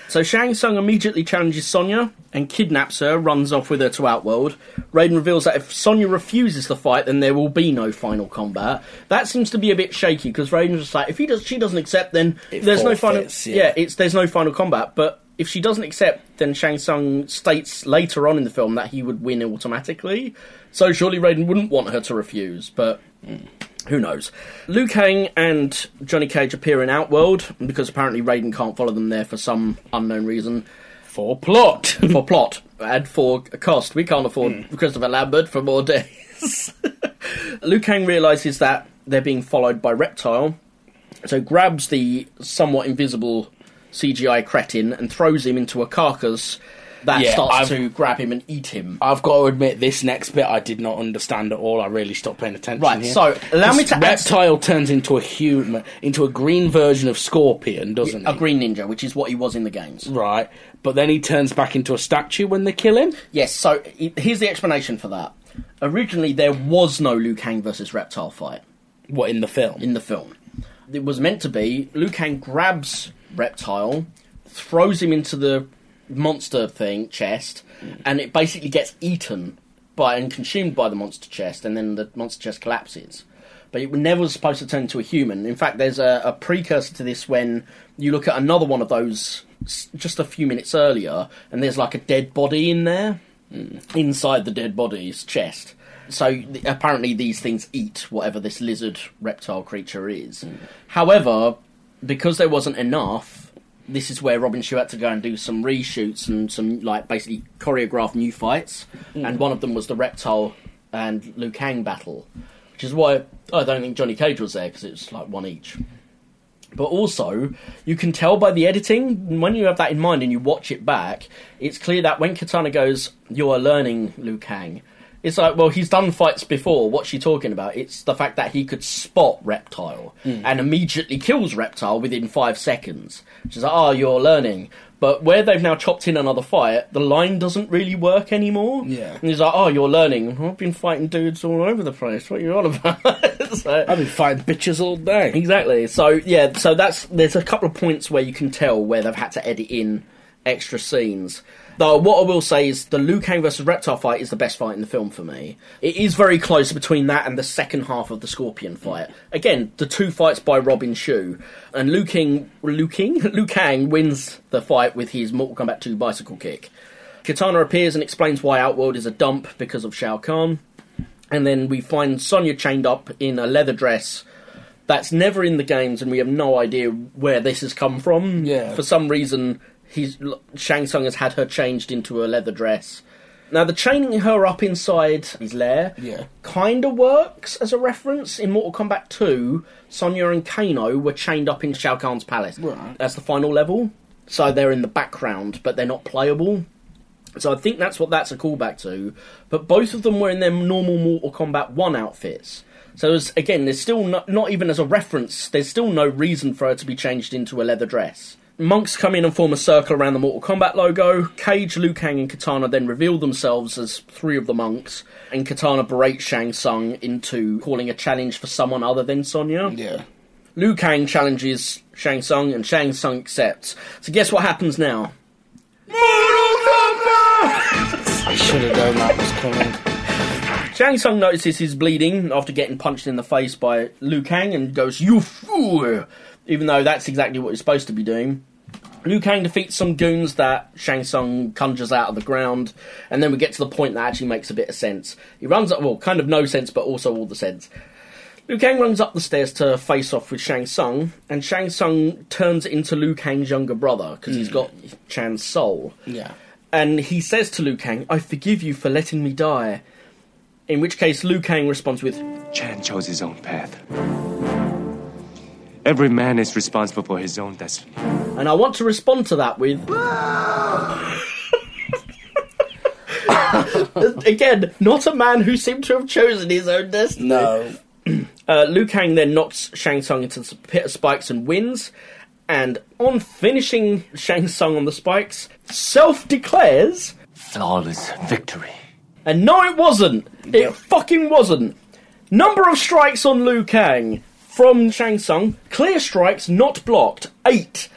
So Shang Tsung immediately challenges Sonya and kidnaps her, runs off with her to Outworld. Raiden reveals that if Sonya refuses the fight, then there will be no final combat. That seems to be a bit shaky because Raiden's just like, if he does, she doesn't accept, then It there's no final. forfeits, Yeah. yeah. it's there's no final combat. But if she doesn't accept, then Shang Tsung states later on in the film that he would win automatically. So surely Raiden wouldn't want her to refuse, but who knows? Liu Kang and Johnny Cage appear in Outworld because apparently Raiden can't follow them there for some unknown reason. For plot. Hmm. For plot and for cost, we can't afford Christopher Lambert for more days. Liu Kang realizes that they're being followed by Reptile, so grabs the somewhat invisible CGI cretin and throws him into a carcass that Yeah, starts I've- to grab him and eat him. I've got to admit, this next bit I did not understand at all. I really stopped paying attention. Right, here. so allow me This to add- reptile turns into a human, into a green version of Scorpion, doesn't A he? green ninja, which is what he was in the games. Right, but then he turns back into a statue when they kill him. Yes, so i- here's the explanation for that. Originally, there was no Liu Kang versus Reptile fight What in the film? in the film. It was meant to be Liu Kang grabs Reptile, throws him into the monster thing chest, and it basically gets eaten by and consumed by the monster chest, and then the monster chest collapses. But it never was supposed to turn into a human. In fact, there's a, a precursor to this when you look at another one of those s- just a few minutes earlier, and there's like a dead body in there inside the dead body's chest. So th- apparently, these things eat whatever this lizard reptile creature is. However, because there wasn't enough, this is where Robin Shaw had to go and do some reshoots and some like basically choreograph new fights. And one of them was the reptile and Liu Kang battle, which is why I don't think Johnny Cage was there because it was like one each. But also, you can tell by the editing, when you have that in mind and you watch it back, it's clear that when Katana goes, You are learning Liu Kang, it's like, well, he's done fights before. What's she talking about? It's the fact that he could spot Reptile Hmm. and immediately kills Reptile within five seconds. She's like, Oh, you're learning. But where they've now chopped in another fight, the line doesn't really work anymore. Yeah. And he's like, Oh, you're learning. I've been fighting dudes all over the place. What are you on about? So- I've been fighting bitches all day. Exactly. So yeah, so that's there's a couple of points where you can tell where they've had to edit in extra scenes. Though what I will say is the Liu Kang versus Reptile fight is the best fight in the film for me. It is very close between that and the second half of the Scorpion fight. Again, the two fights by Robin Shu and Liu King, Liu King, Liu Kang wins the fight with his Mortal Kombat 2 bicycle kick. Katana appears and explains why Outworld is a dump because of Shao Kahn. And then we find Sonya chained up in a leather dress that's never in the games, and we have no idea where this has come from. Yeah. For some reason, he's Shang Tsung has had her changed into a leather dress. Now, the chaining her up inside his lair Yeah. kind of works as a reference. In Mortal Kombat 2, Sonya and Kano were chained up in Shao Kahn's palace. Right. That's the final level. So they're in the background, but they're not playable. So I think that's what that's a callback to. But both of them were in their normal Mortal Kombat 1 outfits. So as, again, there's still no, not even as a reference, there's still no reason for her to be changed into a leather dress. Monks come in and form a circle around the Mortal Kombat logo. Cage, Liu Kang, and Katana then reveal themselves as three of the monks, and Katana berates Shang Tsung into calling a challenge for someone other than Sonya. Yeah. Liu Kang challenges Shang Tsung, and Shang Tsung accepts. So guess what happens now? I should have known that was coming. Shang Tsung notices he's bleeding after getting punched in the face by Liu Kang and goes, You fool! Even though that's exactly what he's supposed to be doing. Liu Kang defeats some goons that Shang Tsung conjures out of the ground, and then we get to the point that actually makes a bit of sense. He runs up, well, kind of no sense, but also all the sense. Liu Kang runs up the stairs to face off with Shang Tsung, and Shang Tsung turns into Liu Kang's younger brother because he's got Chan's soul. Yeah. And he says to Liu Kang, I forgive you for letting me die. In which case, Liu Kang responds with, Chan chose his own path. Every man is responsible for his own destiny. and I want to respond to that with. Again, not a man who seemed to have chosen his own destiny. No. Uh, Liu Kang then knocks Shang Tsung into the pit of spikes and wins. And on finishing Shang Tsung on the spikes, self declares, Flawless victory. and no, it wasn't. It fucking wasn't. Number of strikes on Liu Kang from Shang Tsung. Clear strikes, not blocked. Eight.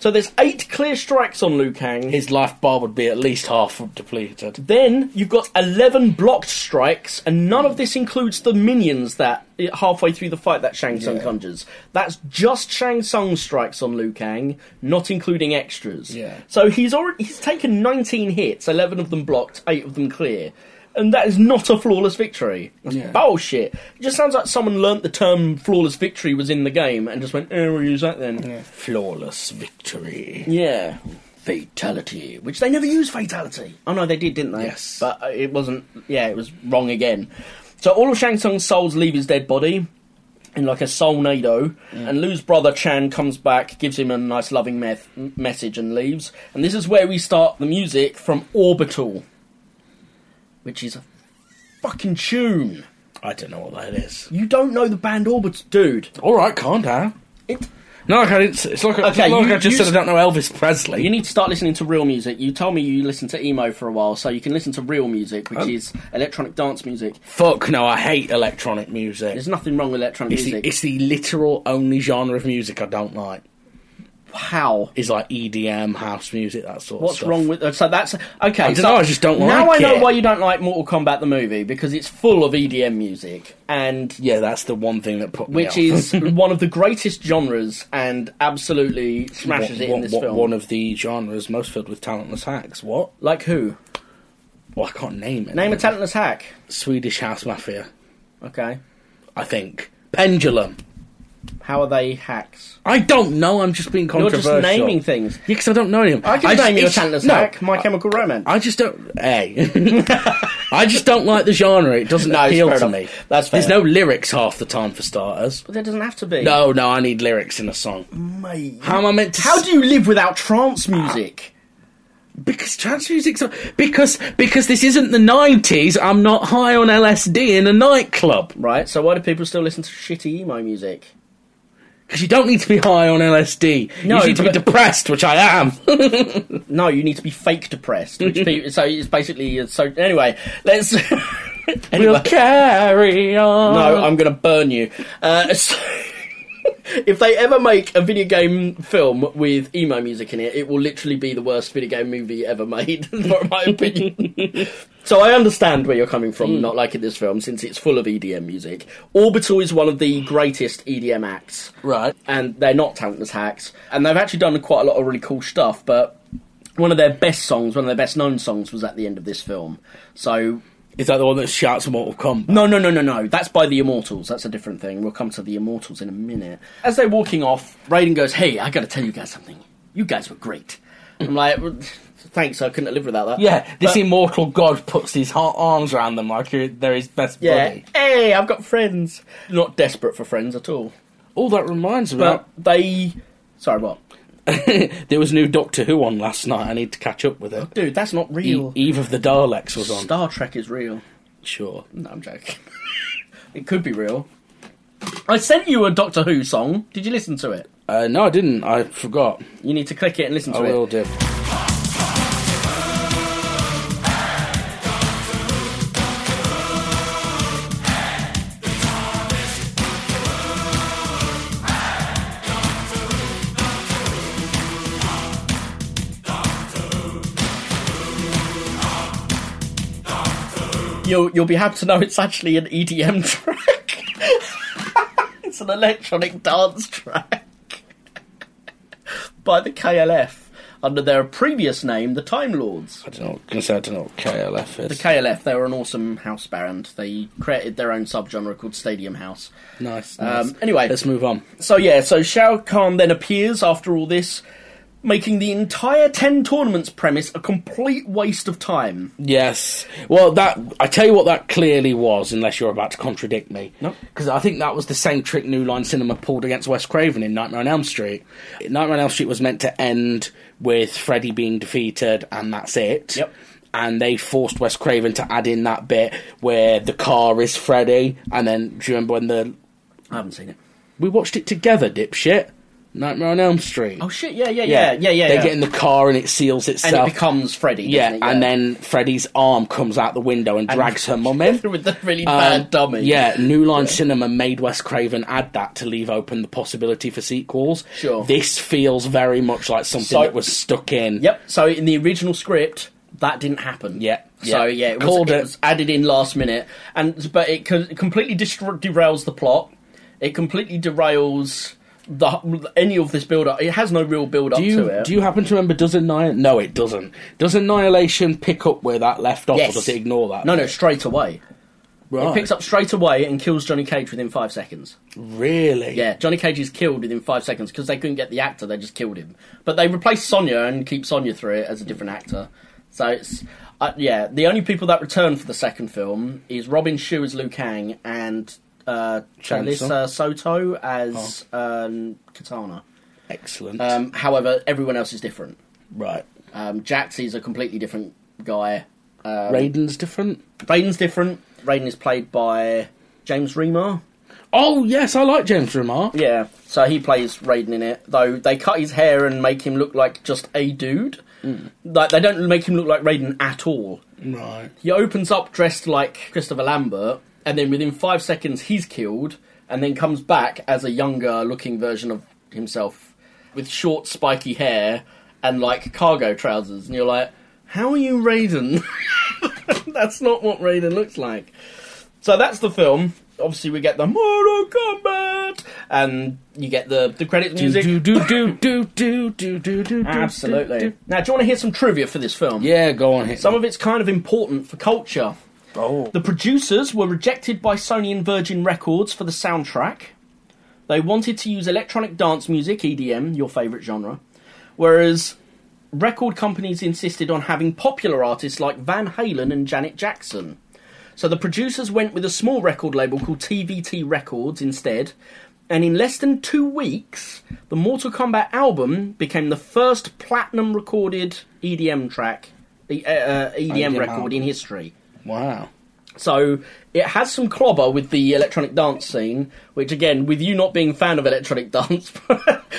So there's eight clear strikes on Liu Kang. Hmm. His life bar would be at least half depleted. Then you've got 11 blocked strikes, and none of this includes the minions that eh, halfway through the fight that Shang Tsung conjures. That's just Shang Tsung strikes on Liu Kang, not including extras. Yeah. So he's already he's taken 19 hits, 11 of them blocked, 8 of them clear. And that is not a flawless victory. That's Yeah. bullshit. It just sounds like someone learnt the term flawless victory was in the game and just went, eh, we'll use that then. Flawless victory. Yeah. Fatality, which they never use fatality. Oh no, they did, didn't they? Yes. But uh, it wasn't, yeah, it was wrong again. So all of Shang Tsung's souls leave his dead body in like a soulnado, and Lu's brother Chan comes back, gives him a nice loving meth- message, and leaves. And this is where we start the music from Orbital, which is a fucking tune. I don't know what that is. You don't know the band Orbital, dude. All right, calm down. It- No, okay, it's, it's like, I- it's Okay, like you- I just you said I don't know Elvis Presley. You need to start listening to real music. You told me you listened to emo for a while, so you can listen to real music, which is electronic dance music. Fuck no, I hate electronic music. There's nothing wrong with electronic It's the, music. it's the literal only genre of music I don't like. how? Is like EDM, house music, that sort of What's stuff. wrong with? uh, So that's okay. I dunno, so I just don't Now like I know it. why you don't like Mortal Kombat the movie because it's full of EDM music and Yeah, that's the one thing that put me which off. is one of the greatest genres and absolutely smashes What- it in what- this what- film. One of the genres most filled with talentless hacks. What? like who? Well, I can't name it. Name a talentless hack. Swedish House Mafia, Okay. I think. Pendulum. How are they hacks? I don't know. I'm just being You're controversial. just naming things. Yeah, 'cause I don't know him. I can just- name you a it's- talentless no, hack. My Chemical Romance. I just don't. Hey, I just don't like the genre. It doesn't No, it's appeal to fair me. enough. That's There's fair. no lyrics half the time for starters. But there doesn't have to be. No, no, I need lyrics in a song. Mate. How am I meant to? How s- do you live without trance music? because trance music's not- because because this isn't the '90s. I'm not high on LSD in a nightclub. Right, so why do people still listen to shitty emo music? Because you don't need to be high on LSD. No, you need to be but- depressed, which I am. No, you need to be fake depressed. Which people, so it's basically uh, so. Anyway, let's. anyway. We'll carry on. No, I'm going to burn you. Uh, so- if they ever make a video game film with emo music in it, it will literally be the worst video game movie ever made, for my opinion. so I understand where you're coming from, not liking this film, since it's full of EDM music. Orbital is one of the greatest EDM acts. Right. And they're not talentless hacks. And they've actually done quite a lot of really cool stuff, but one of their best songs, one of their best known songs, was at the end of this film. So Is that the one that shouts Mortal Kombat? no, no, no, no, no. That's by the Immortals. That's a different thing. We'll come to the Immortals in a minute. As they're walking off, Raiden goes, "Hey, I got to tell you guys something. You guys were great." I'm like, "Well, "Thanks, I couldn't live without that." Yeah, this But- immortal god puts his ha- arms around them like you're- they're his best yeah. buddy. Hey, I've got friends. Not desperate for friends at all. All that reminds me. But they. Sorry, what? there was new Doctor Who on last night. I need to catch up with it. Dude, that's not E- real. Eve of the Daleks was on. Star Trek is real. Sure. No, I'm joking. it could be real. I sent you a Doctor Who song. Did you listen to it? Uh, no, I didn't. I forgot. You need to click it and listen to I it. will do. you'll you'll be happy to know it's actually an EDM track. it's an electronic dance track by the KLF under their previous name, the Time Lords. I don't know. Gonna say I don't know what KLF is. The KLF, they were an awesome house band. They created their own subgenre called Stadium House. nice. nice. Um, anyway, let's move on. so yeah, so Shao Kahn then appears after all this, making the entire ten tournaments premise a complete waste of time. Yes. Well, that I tell you what that clearly was, unless you're about to contradict me. No. Because I think that was the same trick New Line Cinema pulled against Wes Craven in Nightmare on Elm Street. Nightmare on Elm Street was meant to end with Freddy being defeated, and that's it. Yep. and they forced Wes Craven to add in that bit where the car is Freddy, and then do you remember when the I haven't seen it. we watched it together, dipshit? Nightmare on Elm Street. Oh shit! Yeah, yeah, yeah, yeah, yeah. yeah, They get in the car and it seals and itself. it becomes Freddy. yeah, doesn't it? and then Freddy's arm comes out the window and drags her mum in. with the really Um, bad dummy. Yeah, New Line Cinema made Wes Craven add that to leave open the possibility for sequels. Sure. This feels very much like something So- that was stuck in. Yep. So in the original script, that didn't happen. Yeah, So yeah. yeah, it was, Called it it. was added in last minute, and but it co- completely distra- derails the plot. It completely derails the any of this build up. It has no real build up Do you, to it. do you happen to remember Does Annihilation? No, it doesn't. Does Annihilation pick up where that left off, Yes. or does it ignore that? No, no, straight away. right. It picks up straight away and kills Johnny Cage within five seconds. Really? Yeah, Johnny Cage is killed within five seconds because they couldn't get the actor; they just killed him. But they replaced Sonya and keep Sonya through it as a different actor. So it's uh, yeah, the only people that return for the second film is Robin Shu as Liu Kang and uh, Chancellor. Chalissa Soto as um, Katana. Excellent. Um, however, everyone else is different. right. Um, Jaxie's a completely different guy. um, Raiden's different. Raiden's different. Raiden is played by James Remar. Oh yes, I like James Remar. Yeah, so he plays Raiden in it, though they cut his hair and make him look like just a dude. Like they don't make him look like Raiden at all. Right. He opens up dressed like Christopher Lambert, and then within five seconds he's killed, and then comes back as a younger looking version of himself with short spiky hair and like cargo trousers, and you're like, How are you Raiden? that's not what Raiden looks like. So that's the film. Obviously, we get the Mortal Kombat, and you get the the credit music. Do do do do do do do do. do, Absolutely. do. Now, do you want to hear some trivia for this film? Yeah, go on. Hit Some of it's kind of important for culture. oh. The producers were rejected by Sony and Virgin Records for the soundtrack. They wanted to use electronic dance music, EDM, your favourite genre, whereas record companies insisted on having popular artists like Van Halen and Janet Jackson. So the producers went with a small record label called TVT Records instead, and in less than two weeks, the Mortal Kombat album became the first platinum recorded EDM track, the uh, uh, EDM EDM record in album. history. Wow. So it has some clobber with the electronic dance scene, which again, with you not being a fan of electronic dance,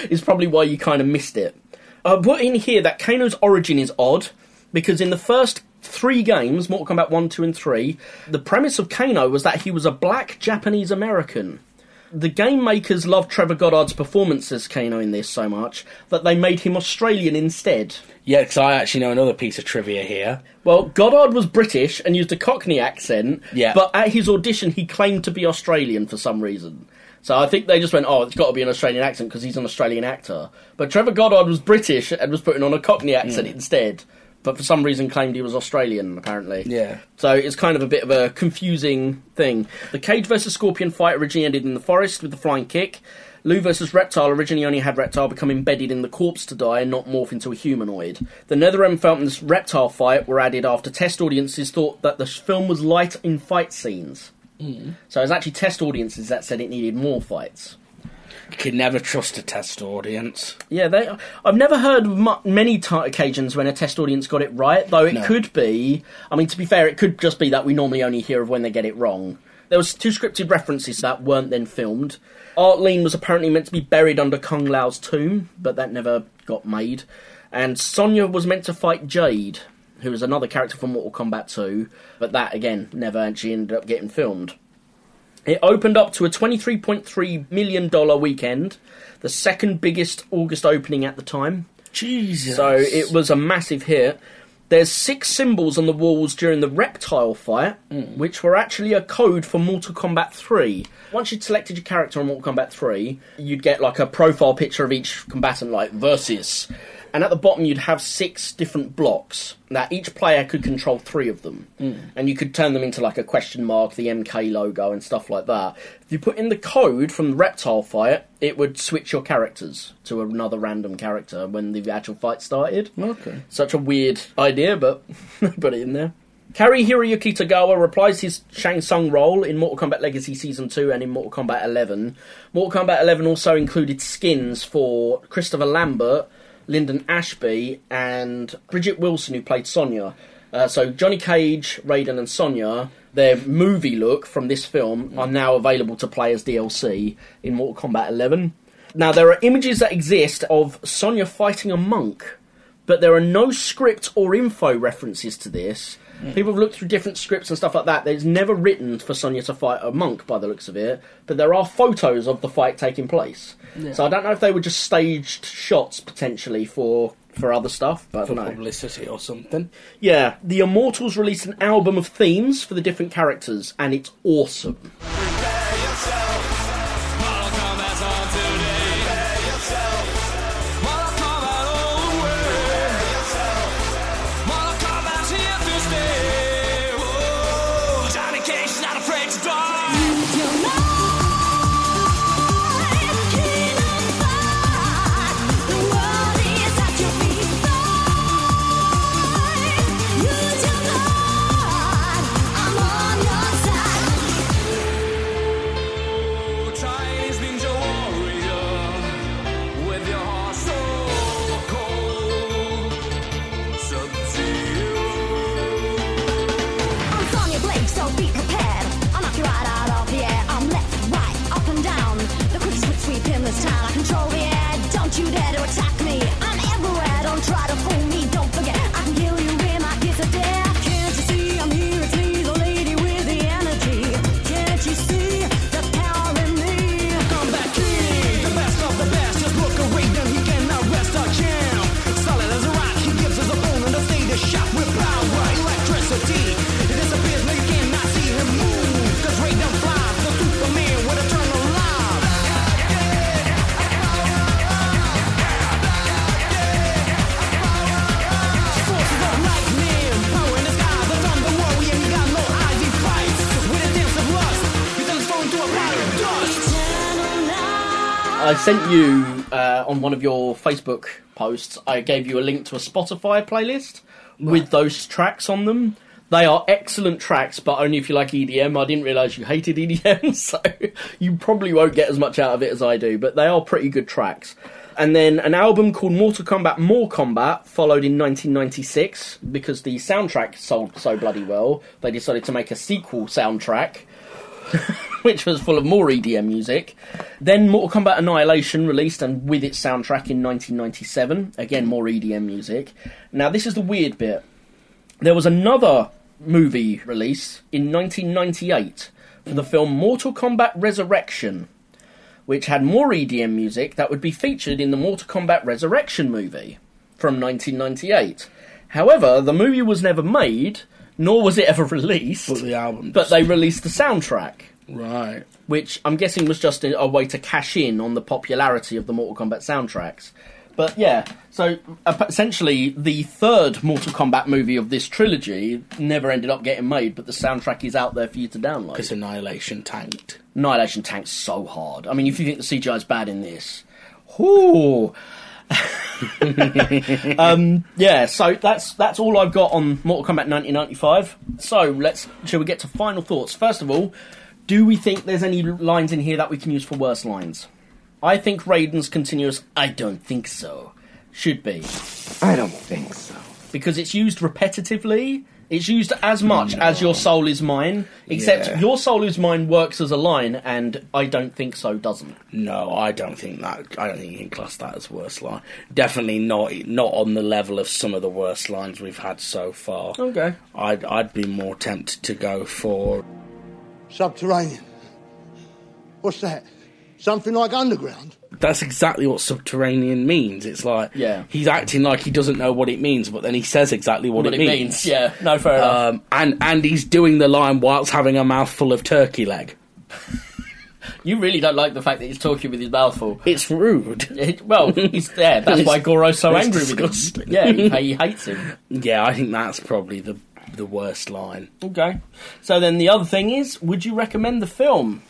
is probably why you kind of missed it. I put in here that Kano's origin is odd because in the first three games, Mortal Kombat 1, 2, and 3, the premise of Kano was that he was a black Japanese American. The game makers loved Trevor Goddard's performance as Kano in this so much that they made him Australian instead. Yeah, because I actually know another piece of trivia here. Well, Goddard was British and used a Cockney accent. Yeah. But at his audition, he claimed to be Australian for some reason. So I think they just went, oh, it's got to be an Australian accent because he's an Australian actor. But Trevor Goddard was British and was putting on a Cockney accent instead. But for some reason, claimed he was Australian. Apparently. Yeah. So it's kind of a bit of a confusing thing. The Cage versus Scorpion fight originally ended in the forest with the flying kick. Lou versus Reptile originally only had Reptile become embedded in the corpse to die and not morph into a humanoid. The NetherRealm felt this Reptile fight were added after test audiences thought that the film was light in fight scenes. So it was actually test audiences that said it needed more fights. You can never trust a test audience. Yeah, they. I've never heard mu- many t- occasions when a test audience got it right, though it No. could be. I mean, to be fair, it could just be that we normally only hear of when they get it wrong. There was two scripted references that weren't then filmed. Art Lean was apparently meant to be buried under Kung Lao's tomb, but that never got made. And Sonya was meant to fight Jade, who was another character from Mortal Kombat 2, but that again never actually ended up getting filmed. It opened up to a $23.3 million weekend, the second biggest August opening at the time. Jesus. So it was a massive hit. There's six symbols on the walls during the reptile fight, which were actually a code for Mortal Kombat 3. Once you'd selected your character on Mortal Kombat 3, you'd get like a profile picture of each combatant, like versus. And at the bottom, you'd have six different blocks. Now, each player could control three of them. And you could turn them into like a question mark, the MK logo, and stuff like that. If you put in the code from the reptile fight, it would switch your characters to another random character when the actual fight started. Okay. Such a weird idea, but put it in there. Kari Hiroyuki Tagawa replies his Shang Tsung role in Mortal Kombat Legacy Season 2 and in Mortal Kombat 11. Mortal Kombat 11 also included skins for Christopher Lambert, Lyndon Ashby, and Bridget Wilson, who played Sonya. Uh, so Johnny Cage, Raiden, and Sonya, their movie look from this film are now available to play as DLC in Mortal Kombat 11. Now there are images that exist of Sonya fighting a monk, but there are no script or info references to this. Hmm. People have looked through different scripts and stuff like that. There's never written for Sonya to fight a monk by the looks of it, but there are photos of the fight taking place. Yeah. So I don't know if they were just staged shots potentially for for other stuff, but for no. publicity or something. Yeah, the Immortals released an album of themes for the different characters, and it's awesome. I'm Sonya Blake, so be prepared. I'll knock you right out of the air. I'm left, right, up and down. The quick switch sweep in this town. I control the air. Don't you dare to attack me. I'm everywhere. Don't try to fool me. Don't forget, I can kill you in my kiss of death. Can't you see I'm here? It's me, the lady with the energy. Can't you see the power in me? Come back, king, the best of the best. Just look away, then he cannot rest our champ. Solid as a rock, he gives us a bone and a state to shock with power, electricity. It disappears, no, you cannot see him move. Cause Raiden flies, the Superman with eternal life. Forces of lightning, power in the sky, the thunder warrior, he got no eyes, he fights. With a dance of lust, he transforms into a pile of dust. I sent you uh, on one of your Facebook posts. I gave you a link to a Spotify playlist with those tracks on them. They are excellent tracks, but only if you like EDM. I didn't realise you hated EDM, so you probably won't get as much out of it as I do. But they are pretty good tracks. And then an album called Mortal Kombat More Combat followed in 1996 because the soundtrack sold so bloody well. They decided to make a sequel soundtrack which was full of more EDM music. Then Mortal Kombat Annihilation released, and with its soundtrack in 1997, again more EDM music. Now, this is the weird bit. There was another movie release in 1998 for the film Mortal Kombat Resurrection, which had more EDM music that would be featured in the Mortal Kombat Resurrection movie from 1998. However, the movie was never made, nor was it ever released. But the album. But they released the soundtrack Right. which I'm guessing was just a, a way to cash in on the popularity of the Mortal Kombat soundtracks. But yeah, so uh, essentially the third Mortal Kombat movie of this trilogy never ended up getting made, but the soundtrack is out there for you to Because download. Annihilation tanked. Annihilation tank's so hard. I mean, if you think the CGI is bad in this, whoo. um, yeah, so that's that's all I've got on Mortal Kombat 1995. So let's shall we get to final thoughts? First of all, do we think there's any lines in here that we can use for worse lines? I think Raiden's continuous "I don't think so" should be I don't think so. because it's used repetitively. It's used as much as your soul is mine, except Yeah. your soul is mine works as a line, and I don't think so doesn't. No, I don't think that. I don't think you can class that as worst line. Definitely not. Not on the level of some of the worst lines we've had so far. Okay. I'd I'd be more tempted to go for Subterranean. What's that? Something like underground? that's exactly what subterranean means. It's like Yeah. he's acting like he doesn't know what it means, but then he says exactly what, What it means. Yeah, Uh, no, fair enough. Um, and and he's doing the line whilst having a mouthful of turkey leg. You really don't like the fact that he's talking with his mouth full. It's rude. well, he's there. That's why Goro's so angry with him. Yeah, he, he hates him. Yeah, I think that's probably the the worst line. Okay. So then the other thing is, would you recommend the film?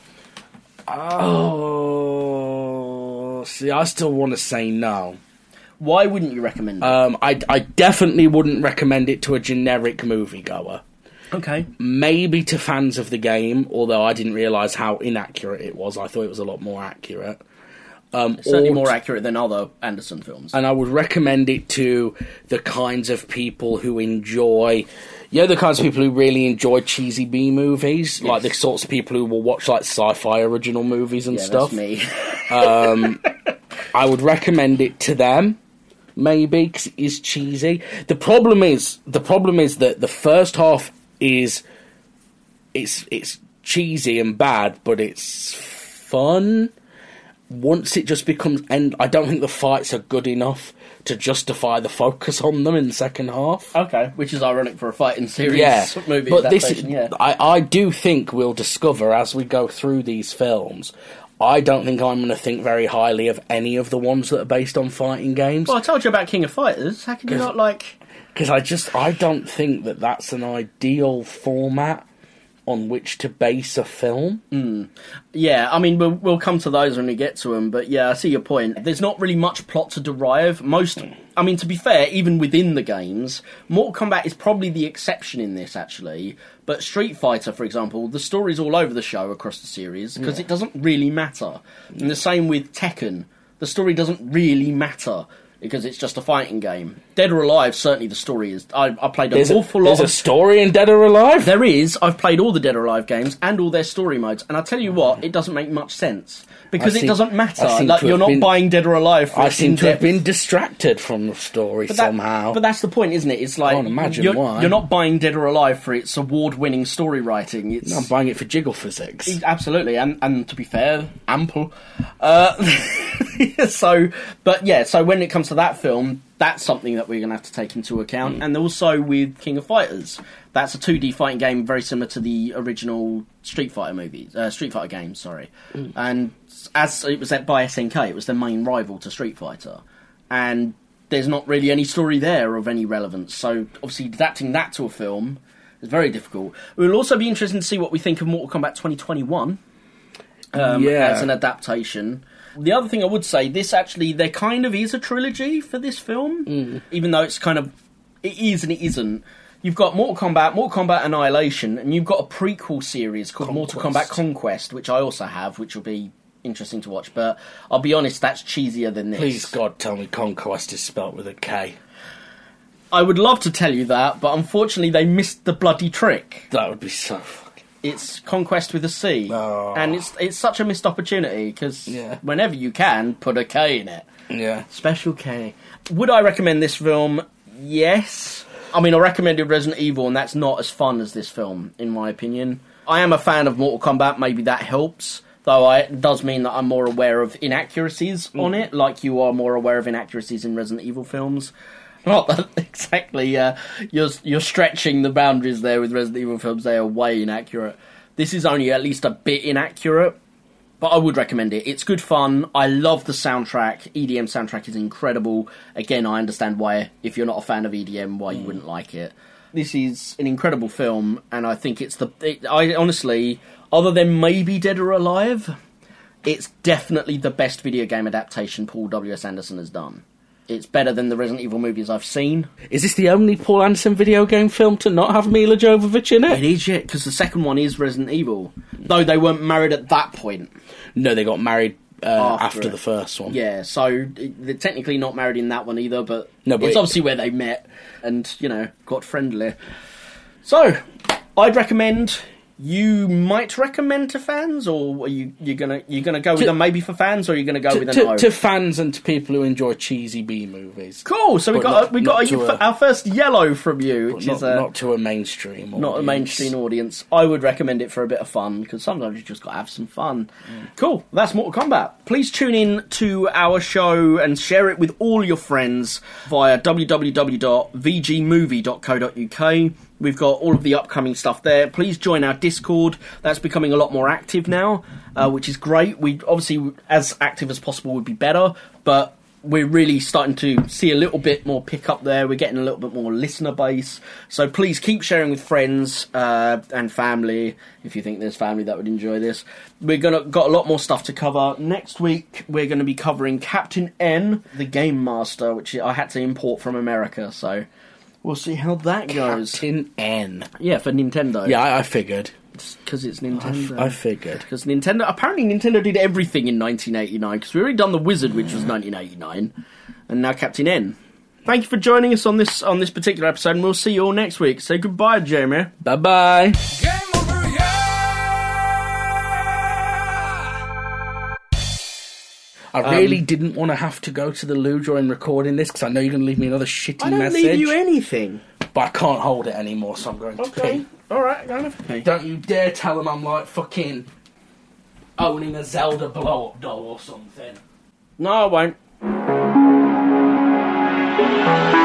Oh, see, I still want to say no. Why wouldn't you recommend it? Um, I, I definitely wouldn't recommend it to a generic moviegoer. Okay. Maybe to fans of the game, although I didn't realise how inaccurate it was. I thought it was a lot more accurate. Um, It's certainly or- more accurate than other Anderson films. and I would recommend it to the kinds of people who enjoy, you know, the kinds of people who really enjoy cheesy B movies, like the sorts of people who will watch like sci-fi original movies and Yeah, that's stuff. me. um, I would recommend it to them, maybe because it is cheesy. The problem is, the problem is that the first half is, it's it's cheesy and bad, but it's fun once it just becomes and I don't think the fights are good enough to justify the focus on them in the second half. Okay, which is ironic for a fighting series yeah, movie. but this adaptation, yeah. I, I do think we'll discover as we go through these films. I don't think I'm going to think very highly of any of the ones that are based on fighting games. Well, I told you about King of Fighters. How can you Yes. not like? because I just I don't think that that's an ideal format on which to base a film. Mm. Yeah, I mean, we'll, we'll come to those when we get to them, but yeah, I see your point. There's not really much plot to derive. Most, Hmm. I mean, to be fair, even within the games, Mortal Kombat is probably the exception in this, actually. But Street Fighter, for example, the story's all over the show across the series because Yeah. it doesn't really matter. And the same with Tekken, the story doesn't really matter. Because it's just a fighting game. Dead or Alive, certainly the story is. I, I played an There's a- awful lot there's a of story in Dead or Alive? There is. I've played all the Dead or Alive games and all their story modes, and I tell you what, it doesn't make much sense because it I seem- doesn't matter. I seem Like to you're have not been- buying Dead or Alive. For I its seem to have in-depth- been distracted from the story But that- somehow. But that's the point, isn't it? It's like Can't imagine you're, why. you're not buying Dead or Alive for its award-winning story writing. It's No, I'm buying it for jiggle physics. E- Absolutely, and and to be fair, ample. Uh, so, but yeah, so when it comes to that film, that's something that we're going to have to take into account, and also with King of Fighters, that's a 2D fighting game very similar to the original Street Fighter movies, uh, Street Fighter games, sorry. Mm. And as it was by SNK, it was their main rival to Street Fighter, and there's not really any story there of any relevance. So obviously, adapting that to a film. is very difficult. It will also be interesting to see what we think of Mortal Kombat 2021 um, Yeah. as an adaptation. The other thing I would say, this actually, there kind of is a trilogy for this film, Mm. even though it's kind of it is and it isn't. You've got Mortal Kombat, Mortal Kombat Annihilation, and you've got a prequel series called Mortal Kombat Conquest. Conquest, which I also have, which will be interesting to watch. But I'll be honest, that's cheesier than this. Please God, tell me Conquest is spelt with a K. I would love to tell you that, but unfortunately, they missed the bloody trick. That would be so fucking. It's Conquest with a C, and it's it's such a missed opportunity because whenever you can, put a K in it. Yeah. Special K. Would I recommend this film? Yes. I mean, I recommended Resident Evil, and that's not as fun as this film, in my opinion. I am a fan of Mortal Kombat. Maybe that helps, though. I, it does mean that I'm more aware of inaccuracies on Mm. it, like you are more aware of inaccuracies in Resident Evil films. Not that exactly. Uh, you're you're stretching the boundaries there with Resident Evil films. They are way inaccurate. This is only at least a bit inaccurate, but I would recommend it. It's good fun. I love the soundtrack. EDM soundtrack is incredible. Again, I understand why if you're not a fan of EDM, why you wouldn't like it. This is an incredible film, and I think it's the. It, I honestly, other than maybe Dead or Alive, it's definitely the best video game adaptation Paul W S Anderson has done. It's better than the Resident Evil movies I've seen. Is this the only Paul Anderson video game film to not have Mila Jovovich in it? It is, yeah, because the second one is Resident Evil. Though they weren't married at that point. No, they got married uh, after, it. the first one. Yeah, so it- they're technically not married in that one either, but, No, but it's it- obviously where they met and, you know, got friendly. So, I'd recommend you might recommend to fans or are you you're gonna you're gonna go with To- a maybe for fans or you're gonna go To, with a to- no? to fans and to people who enjoy cheesy B movies. Cool. So we But got not- a, we got not a, to a- our first yellow from you, which not, is a not to a mainstream. not a audience. mainstream audience. I would recommend it for a bit of fun because sometimes you just got to have some fun. Cool. That's Mortal Kombat. Please tune in to our show and share it with all your friends via www.vgmovie.co.uk. We've got all of the upcoming stuff there. Please join our Discord. That's becoming a lot more active now, uh, which is great. We obviously as active as possible would be better, but we're really starting to see a little bit more pickup there. We're getting a little bit more listener base. So please keep sharing with friends uh, and family if you think there's family that would enjoy this. We're gonna got a lot more stuff to cover next week. We're gonna be covering Captain N, the Game Master, which I had to import from America. So we'll see how that goes. Captain N. Yeah, for Nintendo. Yeah, I, I figured. because it's Nintendo. I figured. Because Nintendo, apparently Nintendo did everything in 1989. Because we already done the Wizard, which was 1989, and now Captain N. Thank you for joining us on this on this particular episode, and we'll see you all next week. Say goodbye, Jamie. Bye bye. I really Um, didn't want to have to go to the loo during recording this because I know you're going to leave me another shitty I don't message. leave you anything. But I can't hold it anymore, so I'm going to pee. All right, go and have a pee. Don't you dare tell them I'm like fucking owning a Zelda blow up doll or something. No, I won't.